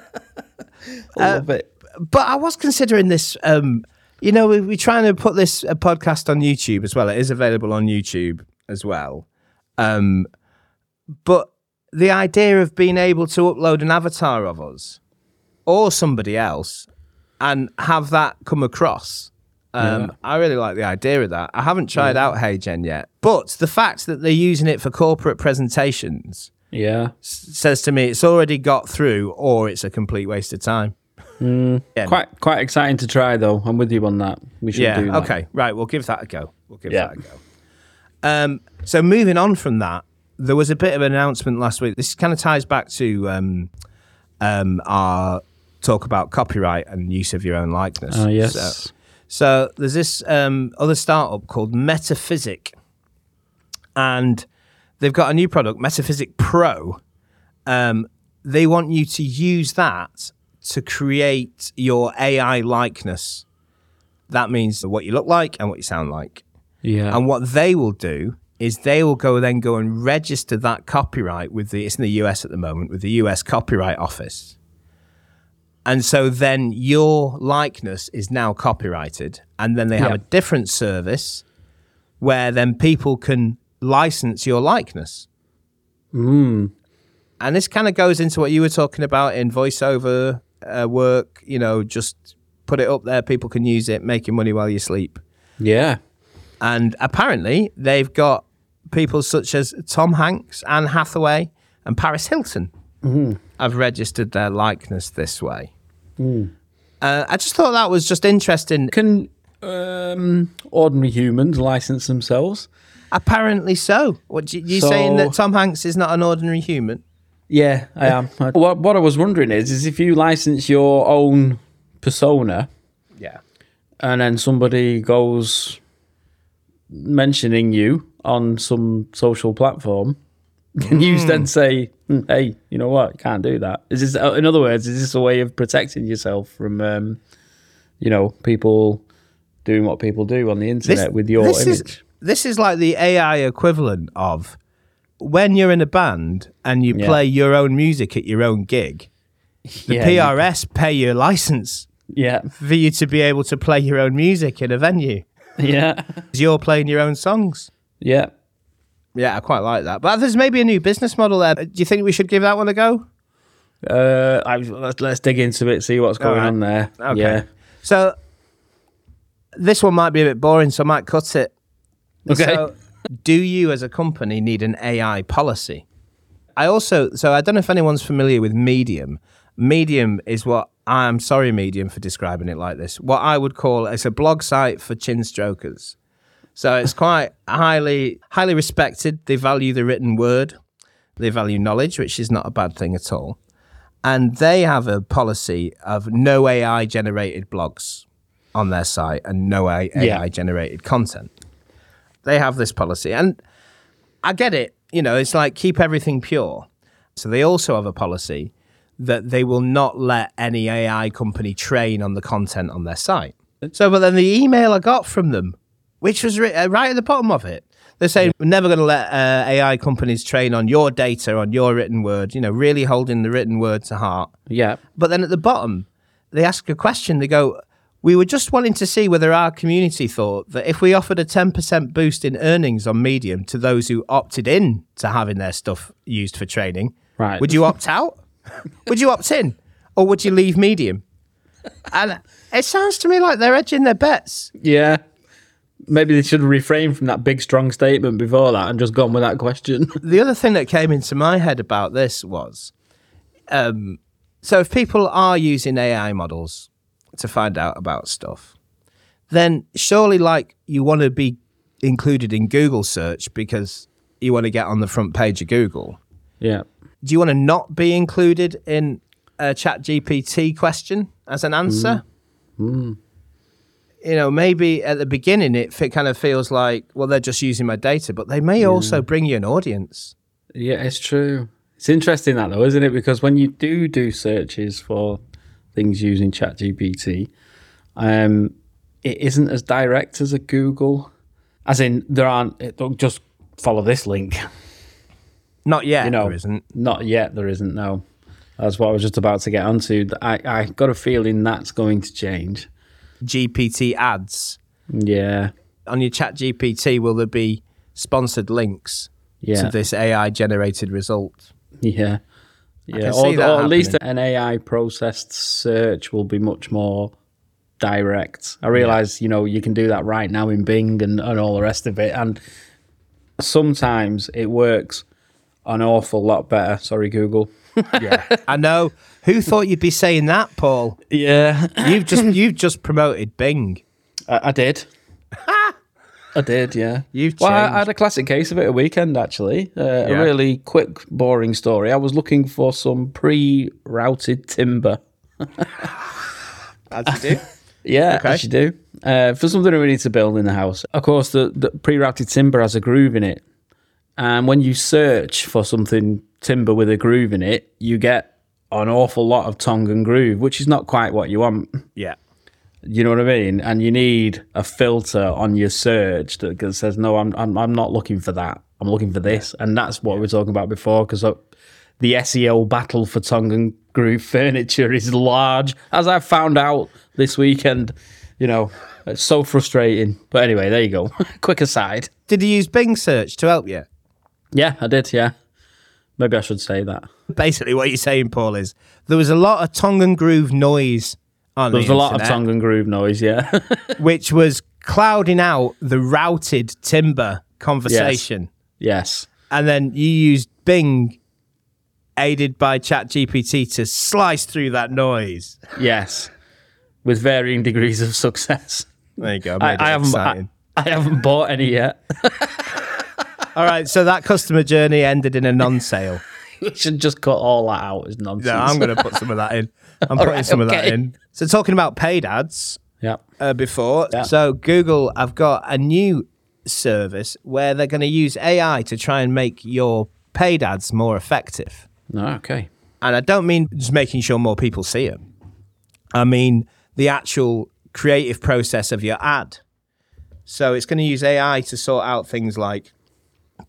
Speaker 2: I love it.
Speaker 1: Uh, but I was considering this. Um, you know, we, we're trying to put this a podcast on YouTube as well. It is available on YouTube as well. Um, but the idea of being able to upload an avatar of us or somebody else and have that come across. Um, I really like the idea of that. I haven't tried out HeyGen yet, but the fact that they're using it for corporate presentations
Speaker 2: Yeah.
Speaker 1: says to me it's already got through, or it's a complete waste of time.
Speaker 2: Quite quite exciting to try though. I'm with you on that. We should do
Speaker 1: Yeah.
Speaker 2: that.
Speaker 1: Okay. Right. We'll give that a go. We'll give
Speaker 2: Yeah.
Speaker 1: that a go. Um, so moving on from that, there was a bit of an announcement last week. This kind of ties back to um, um, our talk about copyright and use of your own likeness.
Speaker 2: Oh yes.
Speaker 1: So, so there's this um, other startup called Metaphysic, and they've got a new product, Metaphysic Pro. Um, they want you to use that to create your AI likeness. That means what you look like and what you sound like.
Speaker 2: yeah.
Speaker 1: And what they will do is they will go then go and register that copyright with the it's in the US at the moment with the US Copyright Office. And so then your likeness is now copyrighted and then they have
Speaker 2: Yeah.
Speaker 1: a different service where then people can license your likeness.
Speaker 2: Hmm.
Speaker 1: And this kind of goes into what you were talking about in voiceover uh, work, you know, just put it up there people can use it making money while you sleep.
Speaker 2: yeah.
Speaker 1: And apparently, they've got people such as Tom Hanks, Anne Hathaway, and Paris Hilton I've registered their likeness this way. Uh, I just thought that was just interesting.
Speaker 2: Can um, ordinary humans license themselves?
Speaker 1: Apparently so. What you, you
Speaker 2: So-
Speaker 1: saying that Tom Hanks is not an ordinary human?
Speaker 2: Yeah, I am. Uh, what What I was wondering is, is if you license your own persona,
Speaker 1: Yeah.
Speaker 2: and then somebody goes mentioning you on some social platform, can you then say, "Hmm, "Hey, you know what? You can't do that." Is this, uh, in other words, is this a way of protecting yourself from, um, you know, people doing what people do on the internet with your
Speaker 1: this
Speaker 2: image?
Speaker 1: Is, this is like the AI equivalent of when you're in a band and you
Speaker 2: Yeah.
Speaker 1: play your own music at your own gig. The
Speaker 2: Yeah, you-
Speaker 1: PRS pay your license
Speaker 2: yeah,
Speaker 1: for you to be able to play your own music in a venue.
Speaker 2: yeah,
Speaker 1: 'Cause You're playing your own songs.
Speaker 2: yeah.
Speaker 1: Yeah, I quite like that. But there's maybe a new business model there. Do you think we should give that one a go?
Speaker 2: Uh, I, let's, let's dig into it, see what's going
Speaker 1: right.
Speaker 2: on there.
Speaker 1: Okay.
Speaker 2: Yeah.
Speaker 1: So this one might be a bit boring, so I might cut it.
Speaker 2: Okay.
Speaker 1: So, do you as a company need an AI policy? I also, so I don't know if anyone's familiar with Medium. Medium is what I'm sorry, Medium, for describing it like this. What I would call it's a blog site for chin strokers. So it's quite highly, highly respected. They value the written word, they value knowledge, which is not a bad thing at all. And they have a policy of no AI generated blogs on their site and no AI
Speaker 2: Yeah.
Speaker 1: generated content. They have this policy. And I get it. You know, it's like keep everything pure. So they also have a policy that they will not let any AI company train on the content on their site. So, but then the email I got from them, which was ri- uh, right at the bottom of it, they're saying, we're never going to let uh, AI companies train on your data, on your written word, you know, really holding the written word to heart.
Speaker 2: Yeah.
Speaker 1: But then at the bottom, they ask a question. They go, We were just wanting to see whether our community thought that if we offered a 10% boost in earnings on Medium to those who opted in to having their stuff used for training,
Speaker 2: Right.
Speaker 1: would you opt out? would you opt in? Or would you leave Medium? And it sounds to me like they're edging their bets.
Speaker 2: Yeah. Maybe they should refrain from that big strong statement before that and just gone with that question.
Speaker 1: The other thing that came into my head about this was um, so if people are using AI models to find out about stuff, then surely, like, you want to be included in Google search because you want to get on the front page of Google.
Speaker 2: yeah.
Speaker 1: Do you want to not be included in a chat GPT question as an answer? You know, maybe at the beginning it fe- kind of feels like, well, they're just using my data, but they may also bring you an audience.
Speaker 2: Yeah, it's true. It's interesting that though, isn't it? Because when you do do searches for things using ChatGPT, um, it isn't as direct as a Google. As in, there aren't. It, don't just follow this link.
Speaker 1: Not yet,
Speaker 2: you know,
Speaker 1: there isn't.
Speaker 2: Not yet. There isn't. No, that's what I was just about to get onto. Th- I I got a feeling that's going to change.
Speaker 1: GPT ads
Speaker 2: Yeah.
Speaker 1: on your chat GPT, will there be sponsored links
Speaker 2: Yeah.
Speaker 1: to this AI generated result?
Speaker 2: Yeah. Yeah.
Speaker 1: can
Speaker 2: Or,
Speaker 1: see that
Speaker 2: or at least an AI processed search will be much more direct. I realize, you know, you can do that right now in Bing and, and all the rest of it. And sometimes it works an awful lot better. Sorry, Google.
Speaker 1: I know. Who thought you'd be saying that, Paul?
Speaker 2: Yeah.
Speaker 1: You've just you've just promoted Bing.
Speaker 2: I, I did. I did, yeah.
Speaker 1: You've
Speaker 2: well, I, I
Speaker 1: changed.
Speaker 2: had a classic case of it a weekend actually. Uh,
Speaker 1: Yeah.
Speaker 2: A really quick, boring story. I was looking for some pre-routed timber.
Speaker 1: As you do.
Speaker 2: Yeah,
Speaker 1: Okay.
Speaker 2: as you do. Uh, for something that we need to build in the house. Of course, the, the pre-routed timber has a groove in it. And when you search for something timber with a groove in it, you get an awful lot of tongue and groove, which is not quite what you want.
Speaker 1: yeah.
Speaker 2: You know what I mean? And you need a filter on your search that that says, no, I'm, I'm, I'm not looking for that. I'm looking for this. And that's what we were talking about before because the SEO battle for tongue and groove furniture is large, as I found out this weekend. You know, it's so frustrating. But anyway, there you go. Quick aside.
Speaker 1: Did you use Bing search to help you?
Speaker 2: Yeah, I did. Yeah. Maybe I should say that.
Speaker 1: Basically, what you're saying, Paul, is there was a lot of tongue and groove noise on
Speaker 2: There was
Speaker 1: the
Speaker 2: a lot of
Speaker 1: internet,
Speaker 2: tongue and groove noise. Yeah.
Speaker 1: which was clouding out the routed timber conversation.
Speaker 2: yes.
Speaker 1: and then you used Bing aided by ChatGPT to slice through that noise.
Speaker 2: Yes, with varying degrees of success.
Speaker 1: There you go. I,
Speaker 2: I,
Speaker 1: made it
Speaker 2: I haven't. I,
Speaker 1: exciting.
Speaker 2: I haven't bought any yet.
Speaker 1: All right, so that customer journey ended in a non-sale.
Speaker 2: We should just cut all that out. It's nonsense.
Speaker 1: No, I'm going to put some of that in. I'm putting
Speaker 2: right,
Speaker 1: some of that
Speaker 2: okay.
Speaker 1: in. So talking about paid ads
Speaker 2: Yeah.
Speaker 1: uh, before, so Google, I've got a new service where they're going to use AI to try and make your paid ads more effective.
Speaker 2: No. Okay.
Speaker 1: And I don't mean just making sure more people see it. I mean the actual creative process of your ad. So it's going to use AI to sort out things like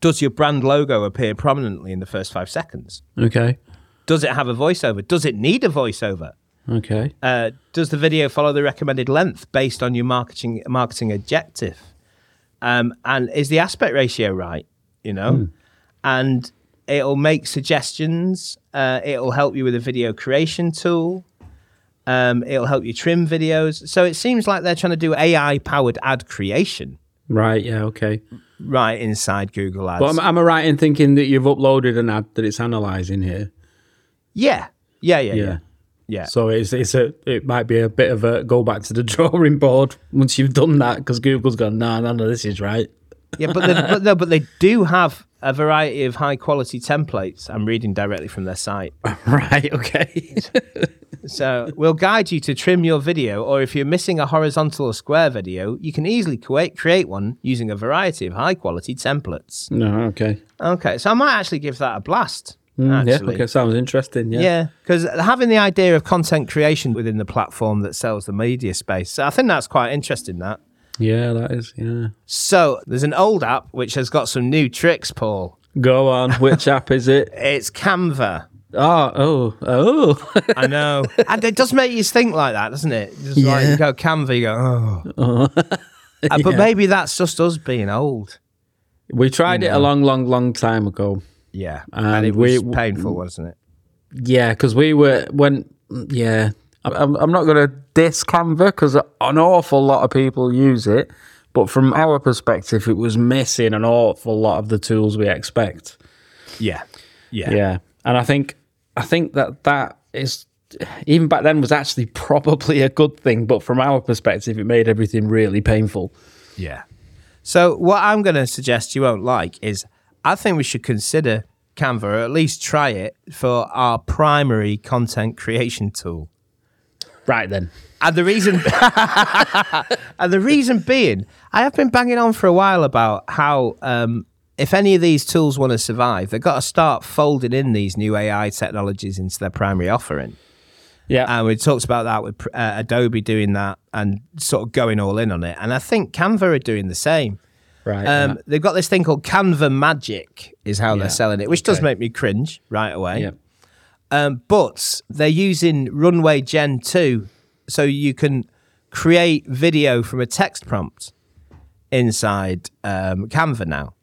Speaker 1: does your brand logo appear prominently in the first five seconds?
Speaker 2: Okay.
Speaker 1: Does it have a voiceover? Does it need a voiceover?
Speaker 2: Okay.
Speaker 1: Uh, does the video follow the recommended length based on your marketing marketing objective? Um, and is the aspect ratio right? You know, and it'll make suggestions. Uh, it'll help you with a video creation tool. Um, it'll help you trim videos. So it seems like they're trying to do AI powered ad creation
Speaker 2: Right. Yeah. Okay.
Speaker 1: right inside Google Ads.
Speaker 2: But am, am I right in thinking that you've uploaded an ad that it's analysing here?
Speaker 1: yeah, yeah, yeah,
Speaker 2: Yeah.
Speaker 1: yeah. Yeah.
Speaker 2: So it's it's a it might be a bit of a go back to the drawing board once you've done that because Google's gone no no no this is right.
Speaker 1: Yeah, but, they, but no, but they do have a variety of high quality templates. I'm reading directly from their site,
Speaker 2: Right. Okay.
Speaker 1: so we'll guide you to trim your video, or if you're missing a horizontal or square video, you can easily create create one using a variety of high quality templates.
Speaker 2: no. Okay.
Speaker 1: Okay, so I might actually give that a blast.
Speaker 2: Mm, yeah.
Speaker 1: actually.
Speaker 2: Okay. Sounds interesting. Yeah.
Speaker 1: Yeah, because having the idea of content creation within the platform that sells the media space, so I think that's quite interesting. That
Speaker 2: Yeah. That is. Yeah.
Speaker 1: so there's an old app which has got some new tricks, Paul.
Speaker 2: Go on. Which app is it?
Speaker 1: It's Canva.
Speaker 2: Oh. Oh. Oh.
Speaker 1: I know. and it does make you think like that, doesn't it? Just like you go Canva, you go, oh. Uh, but maybe that's just us being old.
Speaker 2: We tried it a long, long, long time ago.
Speaker 1: Yeah.
Speaker 2: Um,
Speaker 1: and mm. it was
Speaker 2: we-
Speaker 1: painful, wasn't it?
Speaker 2: Yeah, because we were when. Yeah, I- I'm. I'm not going to diss Canva because an awful lot of people use it, but from our perspective, it was missing an awful lot of the tools we expect.
Speaker 1: Yeah. Yeah.
Speaker 2: Yeah, and I think I think that that is even back then was actually probably a good thing, but from our perspective, it made everything really painful.
Speaker 1: Yeah. So what I'm going to suggest you won't like is I think we should consider Canva or at least try it for our primary content creation tool.
Speaker 2: Right then.
Speaker 1: And the reason, and the reason being, I have been banging on for a while about how um, if any of these tools want to survive, they've got to start folding in these new AI technologies into their primary offering.
Speaker 2: Yeah.
Speaker 1: And we talked about that with uh, Adobe doing that and sort of going all in on it. And I think Canva are doing the same.
Speaker 2: right.
Speaker 1: Um, They've got this thing called Canva Magic, is how
Speaker 2: Yeah,
Speaker 1: they're selling it, which does make me cringe right away.
Speaker 2: yeah.
Speaker 1: Um, but they're using Runway Gen 2, so you can create video from a text prompt inside um, Canva now.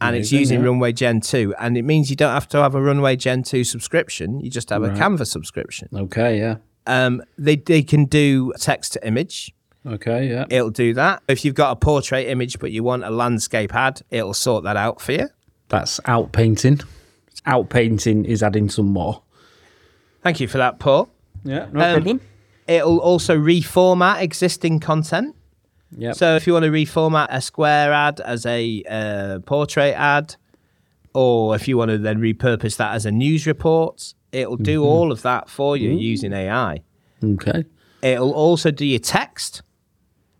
Speaker 1: And it's using Runway Gen 2, and it means you don't have to have a Runway Gen 2 subscription, you just have a Canva subscription.
Speaker 2: Yeah. Okay. Yeah.
Speaker 1: Um, they, they can do text to image.
Speaker 2: Okay. Yeah.
Speaker 1: It'll do that. If you've got a portrait image but you want a landscape ad, it'll sort that out for you.
Speaker 2: That's out painting. Out painting is adding some more.
Speaker 1: Thank you for that, Paul.
Speaker 2: Yeah, no
Speaker 1: Um, It'll also reformat existing content.
Speaker 2: Yep.
Speaker 1: So if you want to reformat a square ad as a uh, portrait ad, or if you want to then repurpose that as a news report, it'll do
Speaker 2: Mm-hmm.
Speaker 1: all of that for you using AI.
Speaker 2: Okay.
Speaker 1: It'll also do your text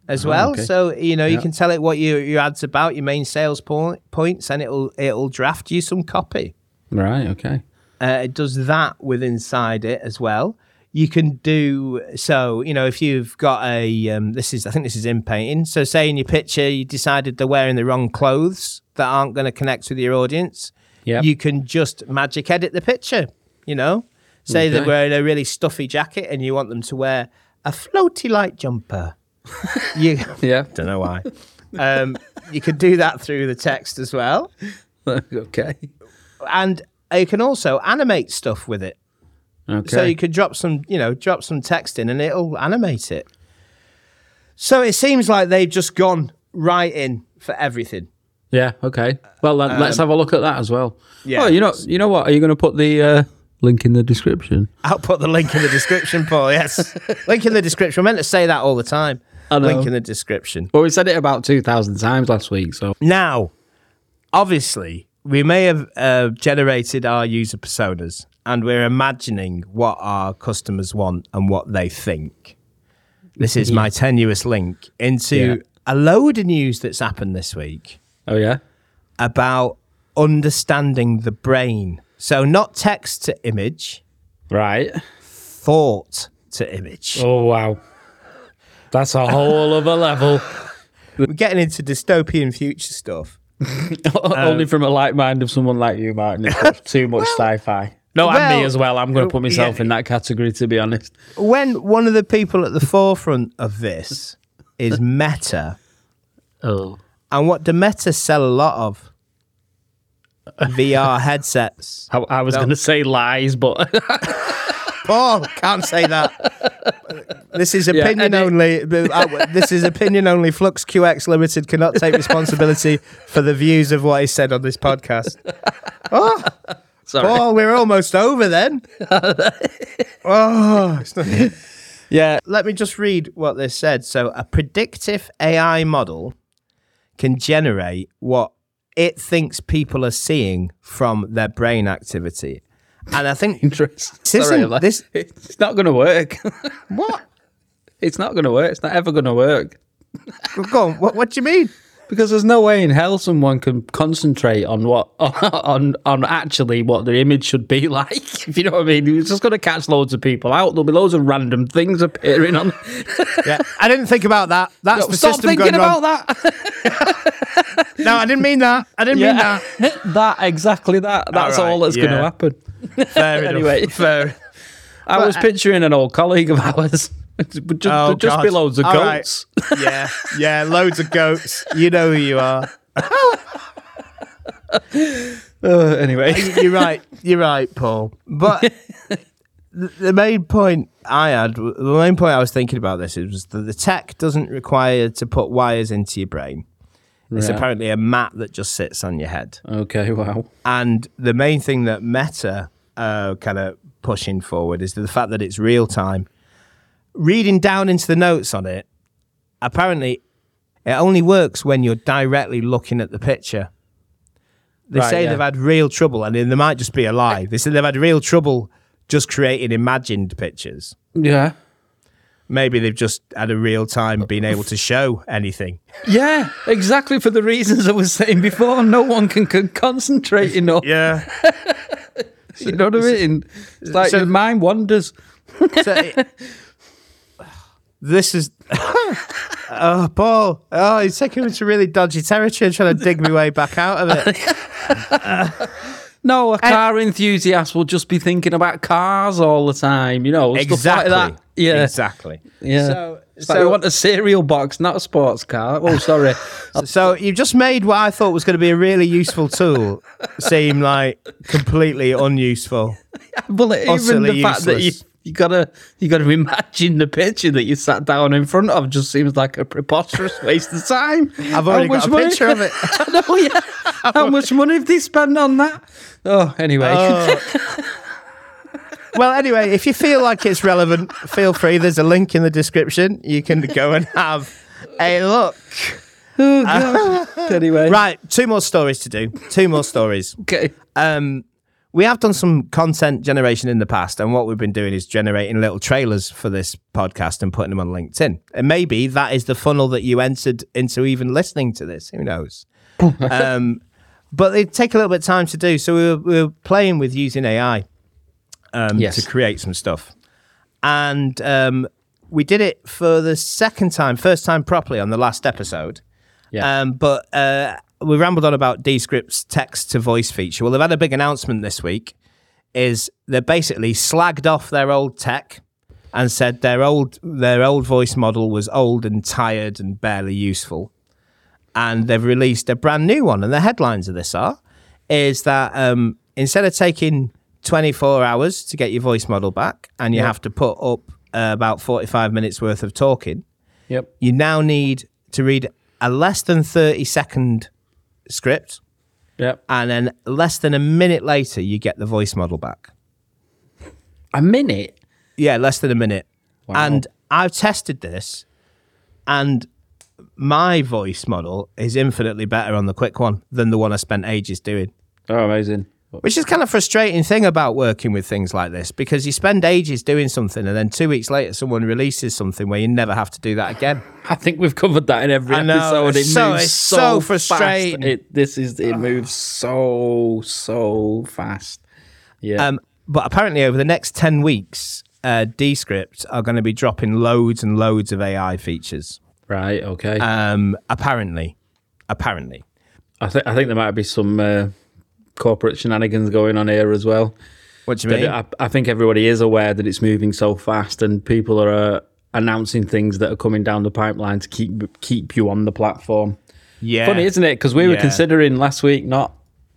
Speaker 1: as well.
Speaker 2: Ah, okay.
Speaker 1: So you know you can tell it what your your ad's about, your main sales point, points, and it'll it'll draft you some copy.
Speaker 2: Right. Okay.
Speaker 1: Uh, it does that with inside it as well. You can do so. You know, if you've got a um, this is I think this is in painting. So say in your picture you decided they're wearing the wrong clothes that aren't going to connect with your audience.
Speaker 2: Yep.
Speaker 1: you can just magic edit the picture. You know, say they're
Speaker 2: Okay.
Speaker 1: wearing a really stuffy jacket and you want them to wear a floaty light jumper. you
Speaker 2: Yeah.
Speaker 1: don't know why. Um, you can do that through the text as well,
Speaker 2: okay.
Speaker 1: and you can also animate stuff with it.
Speaker 2: Okay.
Speaker 1: So you could drop some, you know, drop some text in and it'll animate it. So it seems like they've just gone right in for everything.
Speaker 2: Yeah. Okay. Well, let, let's have a look at that as well.
Speaker 1: yeah.
Speaker 2: Oh, you know, you know what? Are you going to put the uh, link in the description?
Speaker 1: I'll put the link in the description, Paul. Yes. link in the description. I meant to say that all the time.
Speaker 2: I know.
Speaker 1: Link in the description.
Speaker 2: Well, we said it about two thousand times last week, so
Speaker 1: Now, obviously, we may have uh, generated our user personas and we're imagining what our customers want and what they think. This is my tenuous link into
Speaker 2: Yeah.
Speaker 1: a load of news that's happened this week
Speaker 2: oh yeah,
Speaker 1: about understanding the brain. So, not text to image,
Speaker 2: right.
Speaker 1: thought to image.
Speaker 2: Oh wow, that's a whole other level.
Speaker 1: We're getting into dystopian future stuff.
Speaker 2: Only from a light mind of someone like you, Martin. It's just too much sci-fi. No, and
Speaker 1: well- uh,
Speaker 2: me as well. I'm going to put myself
Speaker 1: yeah.
Speaker 2: in that category, to be honest.
Speaker 1: When one of the people at the forefront of this is Meta,
Speaker 2: Oh,
Speaker 1: and what do Meta sell a lot of? VR headsets.
Speaker 2: I, I was going to say lies, but
Speaker 1: Paul, Oh, can't say that. This is opinion
Speaker 2: and it-
Speaker 1: only. This is opinion only. Flux QX Limited cannot take responsibility for the views of what is said on this podcast.
Speaker 2: sorry.
Speaker 1: Paul, Oh, we're almost over then. oh, it's not-
Speaker 2: Yeah,
Speaker 1: let me just read what this said. So, a predictive AI model can generate what it thinks people are seeing from their brain activity. And I think
Speaker 2: interest.
Speaker 1: This isn't-
Speaker 2: like,
Speaker 1: this-
Speaker 2: it's not going to work.
Speaker 1: what?
Speaker 2: it's not going to work. It's not ever going to work
Speaker 1: Go on. What, what do you mean?
Speaker 2: because there's no way in hell someone can concentrate on what on on actually what the image should be like. If you know what I mean, it's just going to catch loads of people out. There'll be loads of random things appearing on.
Speaker 1: Yeah, I didn't think about that. That's the
Speaker 2: Stop
Speaker 1: system
Speaker 2: thinking
Speaker 1: going wrong.
Speaker 2: about that.
Speaker 1: No, I didn't mean that. I didn't mean
Speaker 2: Yeah,
Speaker 1: that.
Speaker 2: that exactly that. That's all,
Speaker 1: right,
Speaker 2: that's going to
Speaker 1: yeah.
Speaker 2: happen.
Speaker 1: Fair enough.
Speaker 2: Anyway.
Speaker 1: fair.
Speaker 2: I was picturing an old colleague of ours. It would just,
Speaker 1: Oh,
Speaker 2: there'd just
Speaker 1: God.
Speaker 2: be loads of
Speaker 1: All right.
Speaker 2: goats.
Speaker 1: Yeah, yeah. Loads of goats. You know who you are.
Speaker 2: Uh, anyway,
Speaker 1: Oh, you're right. You're right, Paul. But th- the main point I had, the main point I was thinking about this is that the tech doesn't require to put wires into your brain. It's
Speaker 2: Right.
Speaker 1: apparently a mat that just sits on your head.
Speaker 2: okay, wow.
Speaker 1: And the main thing that Meta uh, kind of pushing forward is the fact that it's real time. Reading down into the notes on it, apparently it only works when you're directly looking at the picture. They
Speaker 2: Right,
Speaker 1: say
Speaker 2: yeah.
Speaker 1: they've had real trouble, and it might just be a lie. They say they've had real trouble just creating imagined pictures.
Speaker 2: Yeah.
Speaker 1: Maybe they've just had a real
Speaker 2: Uh,
Speaker 1: time being able to show anything.
Speaker 2: Yeah, exactly for the reasons I was saying before. No one can, can concentrate enough.
Speaker 1: Yeah.
Speaker 2: You know what I mean? It's like
Speaker 1: so-
Speaker 2: your mind wanders.
Speaker 1: So it- this is oh Paul. Oh, he's taking me to really dodgy territory and trying to dig my way back out of it.
Speaker 2: No, a car enthusiast will just be thinking about cars all the time, you know.
Speaker 1: exactly.
Speaker 2: Stuff like that. Yeah.
Speaker 1: Exactly.
Speaker 2: Yeah.
Speaker 1: So-
Speaker 2: So, it's like
Speaker 1: so-
Speaker 2: we want a cereal box, not a sports car. Oh, sorry.
Speaker 1: So you've just made what I thought was going to be a really useful tool seem like completely unuseful.
Speaker 2: well, even
Speaker 1: Utterly
Speaker 2: the fact that you,
Speaker 1: useless.
Speaker 2: you gotta you gotta imagine the picture that you sat down in front of just seems like a preposterous waste of time.
Speaker 1: I've already got a picture of it.
Speaker 2: no, yeah. How much money have they spent on that? Oh, anyway. Oh.
Speaker 1: Well, anyway, if you feel like it's relevant, feel free. There's a link in the description. You can go and have a look.
Speaker 2: Oh, God. anyway.
Speaker 1: Right, two more stories to do. Two more stories.
Speaker 2: Okay.
Speaker 1: um, we have done some content generation in the past, and what we've been doing is generating little trailers for this podcast and putting them on LinkedIn. And maybe that is the funnel that you entered into even listening to this. Who knows? um, but they take a little bit of time to do. So we were, we were playing with using AI um,
Speaker 2: Yes.
Speaker 1: to create some stuff. And um, we did it for the second time, first time properly on the last episode.
Speaker 2: Yeah.
Speaker 1: Um, but uh, we rambled on about Descript's text to voice feature. Well, they've had a big announcement this week. Is they basically slagged off their old tech and said their old their old voice model was old and tired and barely useful, and they've released a brand new one. And the headlines of this are is that um, instead of taking 24 hours to get your voice model back, and you have to put up uh, about 45 minutes worth of talking,
Speaker 2: yep.
Speaker 1: you now need to read a less than 30 second script,
Speaker 2: Yep.
Speaker 1: and then less than a minute later, you get the voice model back.
Speaker 2: A minute.
Speaker 1: Yeah, less than a minute. And I've tested this, and my voice model is infinitely better on the quick one than the one I spent ages doing.
Speaker 2: Oh, amazing.
Speaker 1: Which is kind of frustrating thing about working with things like this because you spend ages doing something and then two weeks later someone releases something where you never have to do that again.
Speaker 2: I think we've covered that in every
Speaker 1: I know,
Speaker 2: episode. It
Speaker 1: it's so-
Speaker 2: moves
Speaker 1: it's
Speaker 2: so,
Speaker 1: so
Speaker 2: fast.
Speaker 1: frustrating.
Speaker 2: It, this is it moves so so fast. Yeah.
Speaker 1: Um, but apparently, over the next 10 weeks, uh, Descript are going to be dropping loads and loads of AI features.
Speaker 2: right. Okay.
Speaker 1: Um, apparently. Apparently.
Speaker 2: I think I think there might be some uh, corporate shenanigans going on here as well.
Speaker 1: What do you
Speaker 2: But
Speaker 1: mean?
Speaker 2: I, I think everybody is aware that it's moving so fast, and people are uh, announcing things that are coming down the pipeline to keep keep you on the platform.
Speaker 1: yeah.
Speaker 2: Funny, isn't it? Because we were
Speaker 1: Yeah.
Speaker 2: considering last week not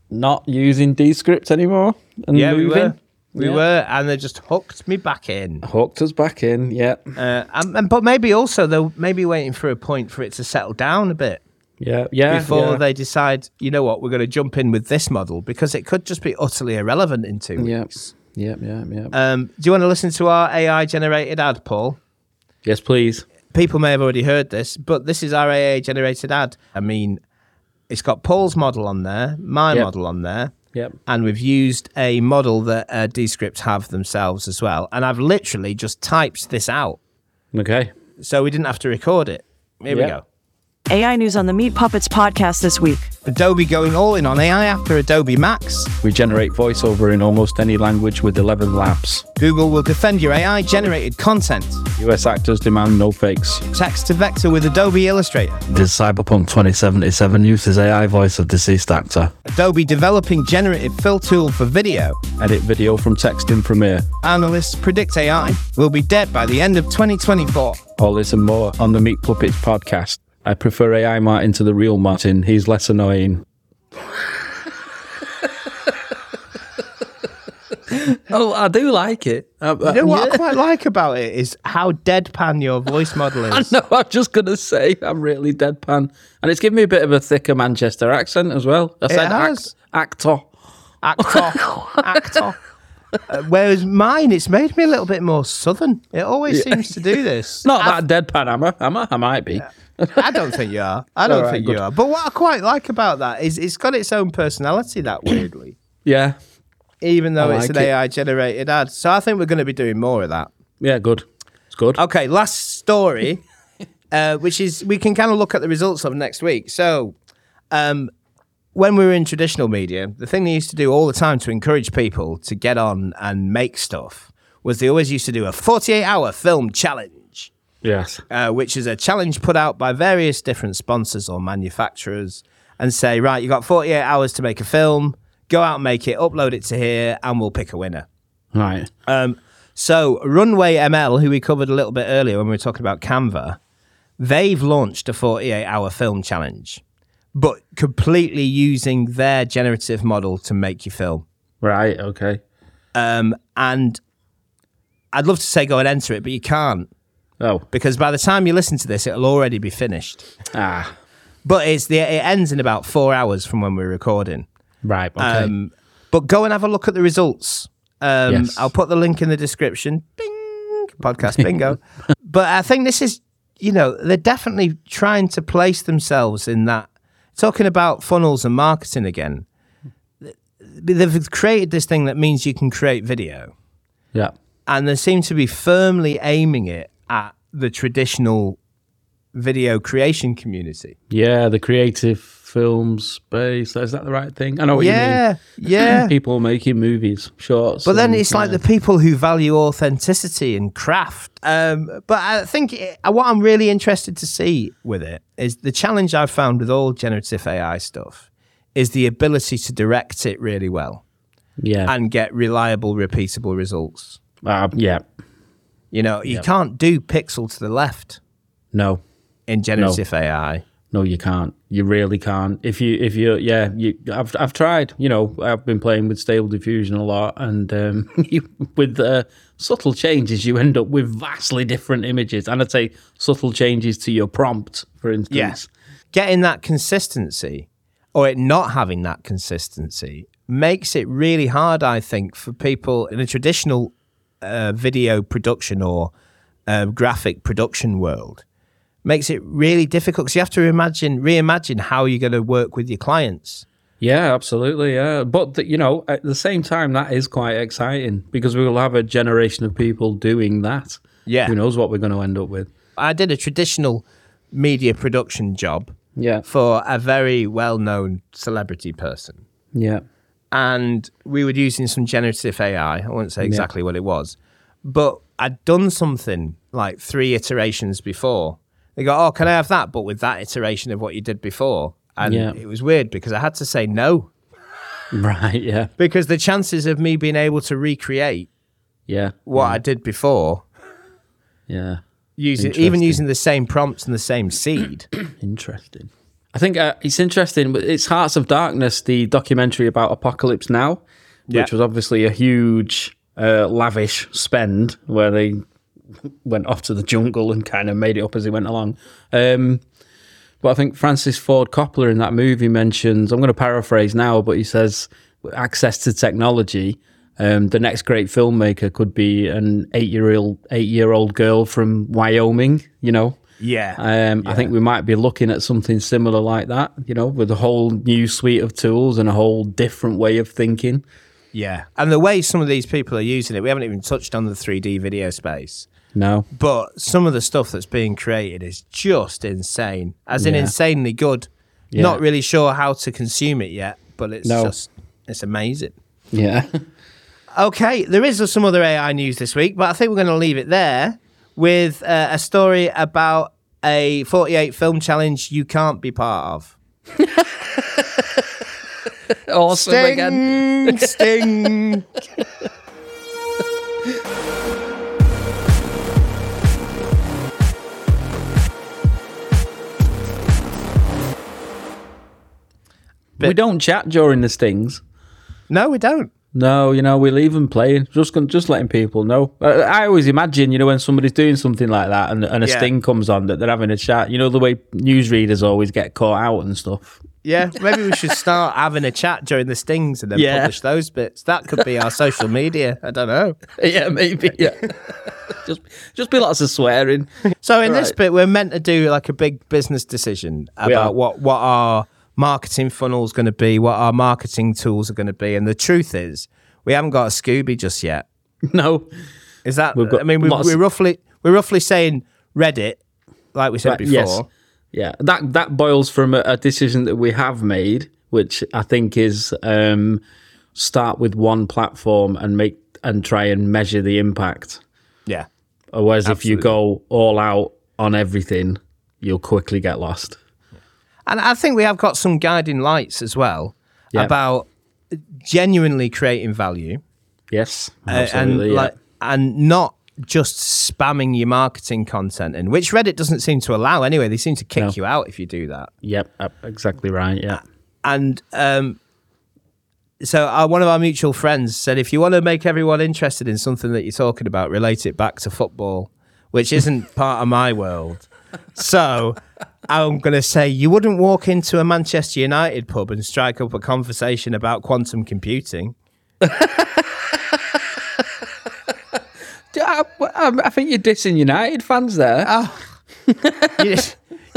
Speaker 2: not using Descript anymore and
Speaker 1: Yeah, we
Speaker 2: moving.
Speaker 1: were. We
Speaker 2: Yeah.
Speaker 1: were, and they just hooked me back in.
Speaker 2: Hooked us back in, yeah,
Speaker 1: Uh, and, and, but maybe also they're maybe waiting for a point for it to settle down a bit.
Speaker 2: yeah, yeah.
Speaker 1: before
Speaker 2: yeah.
Speaker 1: they decide, you know what, we're going to jump in with this model because it could just be utterly irrelevant in two
Speaker 2: yeah,
Speaker 1: weeks.
Speaker 2: yeah, yeah, yeah.
Speaker 1: Um, do you want to listen to our AI generated ad, Paul?
Speaker 2: yes, please.
Speaker 1: People may have already heard this, but this is our AI generated ad. I mean, it's got Paul's model on there, my
Speaker 2: Yep.
Speaker 1: model on there,
Speaker 2: Yep.
Speaker 1: and we've used a model that uh, Descript have themselves as well. And I've literally just typed this out,
Speaker 2: Okay.
Speaker 1: so we didn't have to record it. Here we
Speaker 2: Yep.
Speaker 1: go.
Speaker 9: AI news on the Meat Puppets podcast this week.
Speaker 1: Adobe going all in on AI after Adobe Max.
Speaker 2: We generate voiceover in almost any language with 11 labs.
Speaker 1: Google will defend your AI generated content.
Speaker 2: US actors demand no fakes.
Speaker 1: Text to vector with Adobe Illustrator.
Speaker 2: Does Cyberpunk 2077 uses AI voice of deceased actor?
Speaker 1: Adobe developing generative fill tool for video.
Speaker 2: Edit video from text in Premiere.
Speaker 1: Analysts predict AI will be dead by the end of 2024.
Speaker 2: All this and more on the Meat Puppets podcast. I prefer AI Martin to the real Martin. He's less annoying. oh, I do like it. I, I-
Speaker 1: You know what I quite like about it is how deadpan your voice model
Speaker 2: I
Speaker 1: is.
Speaker 2: know. I'm just gonna say I'm really deadpan, and it's given me a bit of a thicker Manchester accent as well. I said
Speaker 1: has.
Speaker 2: act, actor.
Speaker 1: Actor. Actor. Uh, whereas mine, it's made me a little bit more southern. It always seems to do this.
Speaker 2: Not that deadpan, am I? Am I? I might be.
Speaker 1: I don't think you are. I don't
Speaker 2: All right,
Speaker 1: think
Speaker 2: good.
Speaker 1: you are. But what I quite like about that is it's got its own personality. That weirdly.
Speaker 2: Yeah.
Speaker 1: even though
Speaker 2: I
Speaker 1: it's an
Speaker 2: like it.
Speaker 1: AI generated ad. So I think we're going to be doing more of that.
Speaker 2: Yeah. Good. It's good.
Speaker 1: Okay, last story, uh, which is we can kind of look at the results of next week. So, um, when we were in traditional media, the thing they used to do all the time to encourage people to get on and make stuff was they always used to do a 48 hour film challenge
Speaker 2: Yes.
Speaker 1: uh, which is a challenge put out by various different sponsors or manufacturers and say, right, you got 48 hours to make a film, go out and make it, upload it to here, and we'll pick a winner.
Speaker 2: Right.
Speaker 1: So, Runway ML, who we covered a little bit earlier when we were talking about Canva, they've launched a 48 hour film challenge, but completely using their generative model to make your film.
Speaker 2: Right. Okay.
Speaker 1: And I'd love to say go and enter it, but you can't
Speaker 2: Oh.
Speaker 1: because by the time you listen to this, it'll already be finished.
Speaker 2: Ah.
Speaker 1: But it's the it ends in about four hours from when we're recording.
Speaker 2: Right. Okay.
Speaker 1: Um, but go and have a look at the results. Um,
Speaker 2: Yes.
Speaker 1: I'll put the link in the description. Bing, podcast bingo. but I think this is, you know, they're definitely trying to place themselves in that. Talking about funnels and marketing again, th- they've created this thing that means you can create video,
Speaker 2: yeah.
Speaker 1: and they seem to be firmly aiming it at the traditional video creation community.
Speaker 2: Yeah. The creative film space. Is that the right thing? I know what
Speaker 1: Yeah,
Speaker 2: you mean.
Speaker 1: yeah.
Speaker 2: People making movies, shorts.
Speaker 1: But then
Speaker 2: and-
Speaker 1: it's like the people who value authenticity and craft. Um, but I think it, what I'm really interested to see with it is the challenge I've found with all generative AI stuff is the ability to direct it really well
Speaker 2: Yeah.
Speaker 1: and get reliable, repeatable results.
Speaker 2: Uh, yeah.
Speaker 1: You know, you can't do pixel to the left
Speaker 2: No.
Speaker 1: in generative AI.
Speaker 2: No, you can't. You really can't. If you, if you, yeah, you. I've, I've tried. You know, I've been playing with stable diffusion a lot, and um, you, with uh, subtle changes, you end up with vastly different images. And I'd say subtle changes to your prompt, for instance.
Speaker 1: Yes. Getting that consistency or it not having that consistency makes it really hard, I think, for people in a traditional uh, video production or uh, graphic production world. Makes it really difficult because you have to imagine, reimagine how you're going to work with your clients.
Speaker 2: Yeah, absolutely. Yeah, but th- you know, at the same time, that is quite exciting because we will have a generation of people doing that.
Speaker 1: Yeah.
Speaker 2: who knows what we're going to end up with?
Speaker 1: I did a traditional media production job
Speaker 2: Yeah,
Speaker 1: for a very well known celebrity person.
Speaker 2: yeah,
Speaker 1: and we were using some generative AI. I won't say exactly what it was, but I'd done something like three iterations before. They go, "Oh, can I have that?" But with that iteration of what you did before, and
Speaker 2: Yeah.
Speaker 1: it was weird because I had to say no
Speaker 2: right. Yeah,
Speaker 1: because the chances of me being able to recreate
Speaker 2: yeah,
Speaker 1: what I did before,
Speaker 2: yeah.
Speaker 1: using even
Speaker 2: Interesting.
Speaker 1: using the same prompts and the same seed,
Speaker 2: Interesting. I think uh, it's interesting. but It's Hearts of Darkness, the documentary about Apocalypse Now,
Speaker 1: Yeah.
Speaker 2: which was obviously a huge, uh, lavish spend where they went off to the jungle and kind of made it up as they went along. Um, but I think Francis Ford Coppola in that movie mentions, I'm going to paraphrase now, but he says, access to technology. Um, the next great filmmaker could be an eight-year-old eight-year-old girl from Wyoming, you know.
Speaker 1: Yeah.
Speaker 2: Um, I think we might be looking at something similar like that, you know, with a whole new suite of tools and a whole different way of thinking.
Speaker 1: yeah. And the way some of these people are using it, we haven't even touched on the three D video space.
Speaker 2: No,
Speaker 1: but some of the stuff that's being created is just insane, as in
Speaker 2: Yeah.
Speaker 1: insanely good.
Speaker 2: Yeah.
Speaker 1: Not really sure how to consume it yet, but it's
Speaker 2: No.
Speaker 1: just it's amazing.
Speaker 2: yeah,
Speaker 1: Okay, there is some other AI news this week, but I think we're going to leave it there with uh, a story about a 48 film challenge you can't be part of.
Speaker 2: awesome again.
Speaker 1: Sting, sting.
Speaker 2: We don't chat during the stings.
Speaker 1: No, we don't.
Speaker 2: No, you know, we leave them playing, just gon- just letting people know. Uh, I always imagine, you know, when somebody's doing something like that and, and a
Speaker 1: Yeah.
Speaker 2: sting comes on that they're having a chat, you know, the way newsreaders always get caught out and stuff.
Speaker 1: Yeah, maybe we should start having a chat during the stings and then
Speaker 2: Yeah.
Speaker 1: publish those bits. That could be our social media. I don't know.
Speaker 2: yeah, maybe. Yeah. just just be lots of swearing.
Speaker 1: So in this
Speaker 2: Right.
Speaker 1: bit, we're meant to do like a big business decision
Speaker 2: are.
Speaker 1: about what what our marketing funnel's going to be, what our marketing tools are going to be, and the truth is, we haven't got a Scooby just yet.
Speaker 2: No.
Speaker 1: Is that?
Speaker 2: We've got
Speaker 1: I mean, we,
Speaker 2: lots-
Speaker 1: we're roughly we're roughly saying Reddit, like we said
Speaker 2: But
Speaker 1: before.
Speaker 2: Yeah, that that boils from a, a decision that we have made, which I think is um, start with one platform and make and try and measure the impact.
Speaker 1: Yeah,
Speaker 2: Or Whereas if you go all out on everything, you'll quickly get lost.
Speaker 1: and I think we have got some guiding lights as well
Speaker 2: Yeah.
Speaker 1: about genuinely creating value.
Speaker 2: Yes,
Speaker 1: Uh,
Speaker 2: absolutely.
Speaker 1: and
Speaker 2: yeah.
Speaker 1: like and not just spamming your marketing content in which reddit doesn't seem to allow anyway they seem to kick you out if you do that
Speaker 2: yep, uh, exactly right. Yeah,
Speaker 1: and um so our, one of our mutual friends said if you want to make everyone interested in something that you're talking about relate it back to football which isn't part of my world so i'm going to say you wouldn't walk into a manchester united pub and strike up a conversation about quantum computing
Speaker 2: I, I- I think you're dissing United fans there.
Speaker 1: you,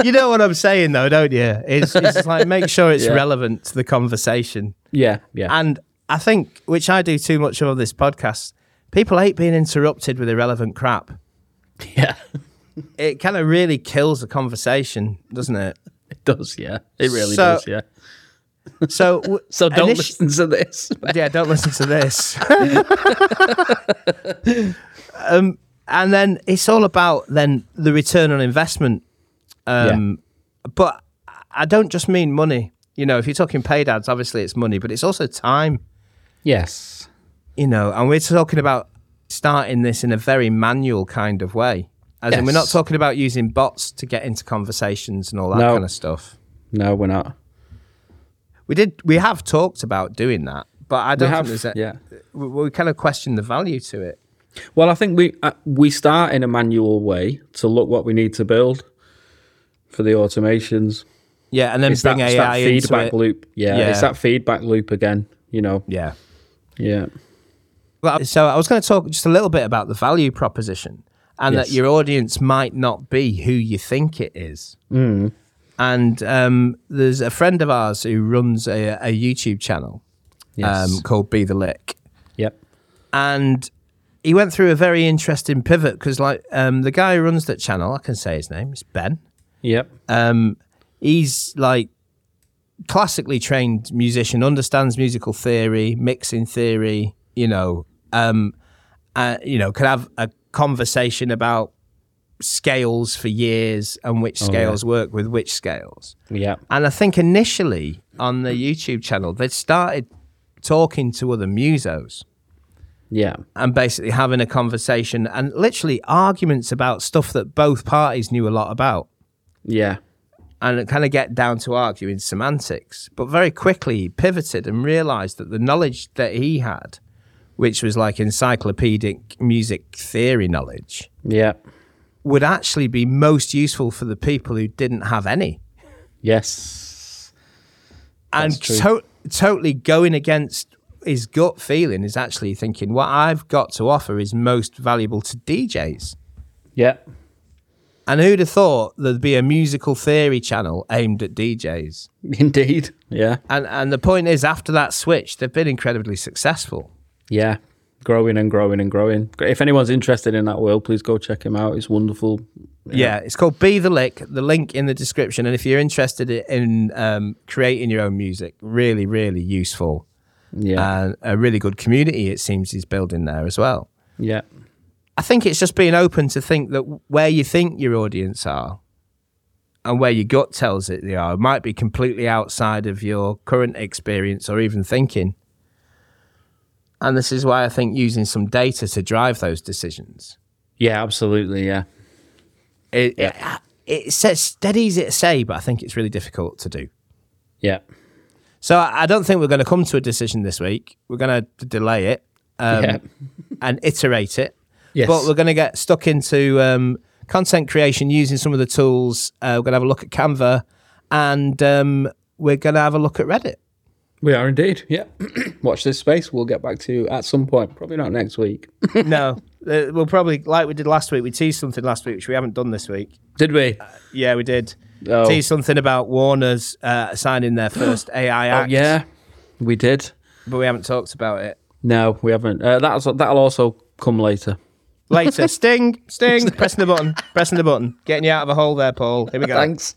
Speaker 1: you know what I'm saying, though, don't you? It's, it's like make sure it's
Speaker 2: Yeah.
Speaker 1: relevant to the conversation.
Speaker 2: yeah, yeah,
Speaker 1: And I think, which I do too much of on this podcast, people hate being interrupted with irrelevant crap.
Speaker 2: yeah.
Speaker 1: It kind of really kills the conversation, doesn't it?
Speaker 2: It does. Yeah, it really
Speaker 1: So-
Speaker 2: does. Yeah.
Speaker 1: So, w-
Speaker 2: So don't
Speaker 1: initi-
Speaker 2: listen to this.
Speaker 1: Yeah, don't listen to this. um, and then it's all about then the return on investment Um, but I don't just mean money. You know, if you're talking paid ads, obviously it's money, but it's also time.
Speaker 2: Yes.
Speaker 1: You know, and we're talking about starting this in a very manual kind of way. As in, we're not
Speaker 2: Yes.
Speaker 1: talking about using bots to get into conversations and all that
Speaker 2: No.
Speaker 1: kind of stuff.
Speaker 2: No, we're not.
Speaker 1: We did, we have talked about doing that, but I don't
Speaker 2: have,
Speaker 1: think there's a,
Speaker 2: yeah.
Speaker 1: we, we kind of question the value to it.
Speaker 2: Well, I think we uh, we start in a manual way to look what we need to build for the automations.
Speaker 1: Yeah, and then
Speaker 2: It's that,
Speaker 1: bring
Speaker 2: it's that
Speaker 1: AI into
Speaker 2: feedback
Speaker 1: it.
Speaker 2: loop. Yeah,
Speaker 1: Yeah.
Speaker 2: it's that feedback loop again. You know.
Speaker 1: Yeah.
Speaker 2: Yeah.
Speaker 1: Well, so I was going to talk just a little bit about the value proposition and that
Speaker 2: Yes.
Speaker 1: your audience might not be who you think it is.
Speaker 2: Mm.
Speaker 1: And um, there's a friend of ours who runs a, a YouTube channel
Speaker 2: Yes.
Speaker 1: um, called Be the Lick,
Speaker 2: yep.
Speaker 1: and he went through a very interesting pivot because, like, um, the guy who runs that channel, I can say his name, it's Ben.
Speaker 2: Yep.
Speaker 1: um, he's like classically trained musician, understands musical theory, mixing theory. You know, um, uh, you know, could have a conversation about scales for years and which scales work with which scales.
Speaker 2: yep.
Speaker 1: And I think initially on the YouTube channel, they started talking to other musos
Speaker 2: Yeah.
Speaker 1: and basically having a conversation and literally arguments about stuff that both parties knew a lot about
Speaker 2: Yeah.
Speaker 1: and kind of get down to arguing semantics. But very quickly he pivoted and realized that the knowledge that he had, which was like encyclopedic music theory knowledge,
Speaker 2: Yep.
Speaker 1: would actually be most useful for the people who didn't have any.
Speaker 2: Yes.
Speaker 1: And to- totally going against his gut feeling is actually thinking what I've got to offer is most valuable to DJs.
Speaker 2: Yep.
Speaker 1: And who'd have thought there'd be a musical theory channel aimed at DJs?
Speaker 2: Indeed. Yeah.
Speaker 1: And and the point is, after that switch, they've been incredibly successful.
Speaker 2: Yeah. Growing and growing and growing. If anyone's interested in that world, please go check him out. It's wonderful.
Speaker 1: Yeah, it's called Be the Lick. The link in the description. And if you're interested i- in um, creating your own music, really, really useful.
Speaker 2: Yeah.
Speaker 1: And a really good community, it seems, is building there as well.
Speaker 2: yeah.
Speaker 1: I think it's just being open to think that where you think your audience are and where your gut tells it they are might be completely outside of your current experience or even thinking. And this is why I think using some data to drive those decisions.
Speaker 2: Yeah. Absolutely. Yeah.
Speaker 1: It, it, it says dead easy to say, but I think it's really difficult to do.
Speaker 2: Yeah.
Speaker 1: So I I don't think we're going to come to a decision this week. We're going to delay it um,
Speaker 2: Yeah.
Speaker 1: and iterate it.
Speaker 2: Yes.
Speaker 1: But we're going to get stuck into um, content creation using some of the tools. Uh, we're going to have a look at Canva and um, we're going to have a look at Reddit.
Speaker 2: We are indeed. Yeah. Watch this space. We'll get back to you at some point. Probably not next week.
Speaker 1: no, uh, we'll probably, like we did last week, we teased something last week, which we haven't done this week.
Speaker 2: Did we?
Speaker 1: Yeah, we did.
Speaker 2: Oh.
Speaker 1: Tease something about Warner's uh, signing their first AI
Speaker 2: Oh,
Speaker 1: act,
Speaker 2: yeah. We did.
Speaker 1: but we haven't talked about it.
Speaker 2: No, we haven't. Uh, that's that'll also come later.
Speaker 1: Later, sting, sting, pressing the button, pressing the button, getting you out of a hole there, Paul. Here we go.
Speaker 2: Thanks.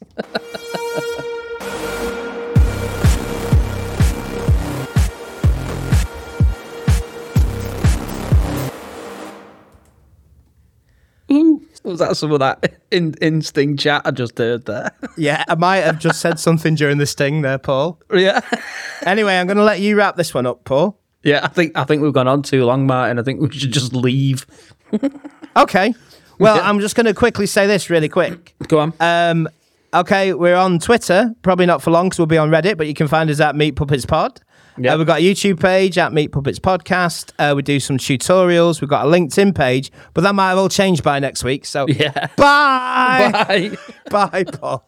Speaker 2: Ooh, was that some of that in instinct chat I just heard there?
Speaker 1: Yeah, I might have just said something during the sting there, Paul.
Speaker 2: yeah,
Speaker 1: Anyway, I'm going to let you wrap this one up, Paul.
Speaker 2: yeah. I think I think we've gone on too long, Martin. I think we should just leave.
Speaker 1: Okay. Well,
Speaker 2: Yeah.
Speaker 1: I'm just going to quickly say this really quick.
Speaker 2: Go on.
Speaker 1: Um, okay, we're on Twitter, probably not for long because we'll be on Reddit, but you can find us at Meat Puppets Pod.
Speaker 2: Yep.
Speaker 1: Uh, we've got a YouTube page at Meat Puppets Podcast. Uh, we do some tutorials. We've got a LinkedIn page, but that might have all changed by next week. So,
Speaker 2: Yeah.
Speaker 1: bye.
Speaker 2: Bye.
Speaker 1: Bye, Paul.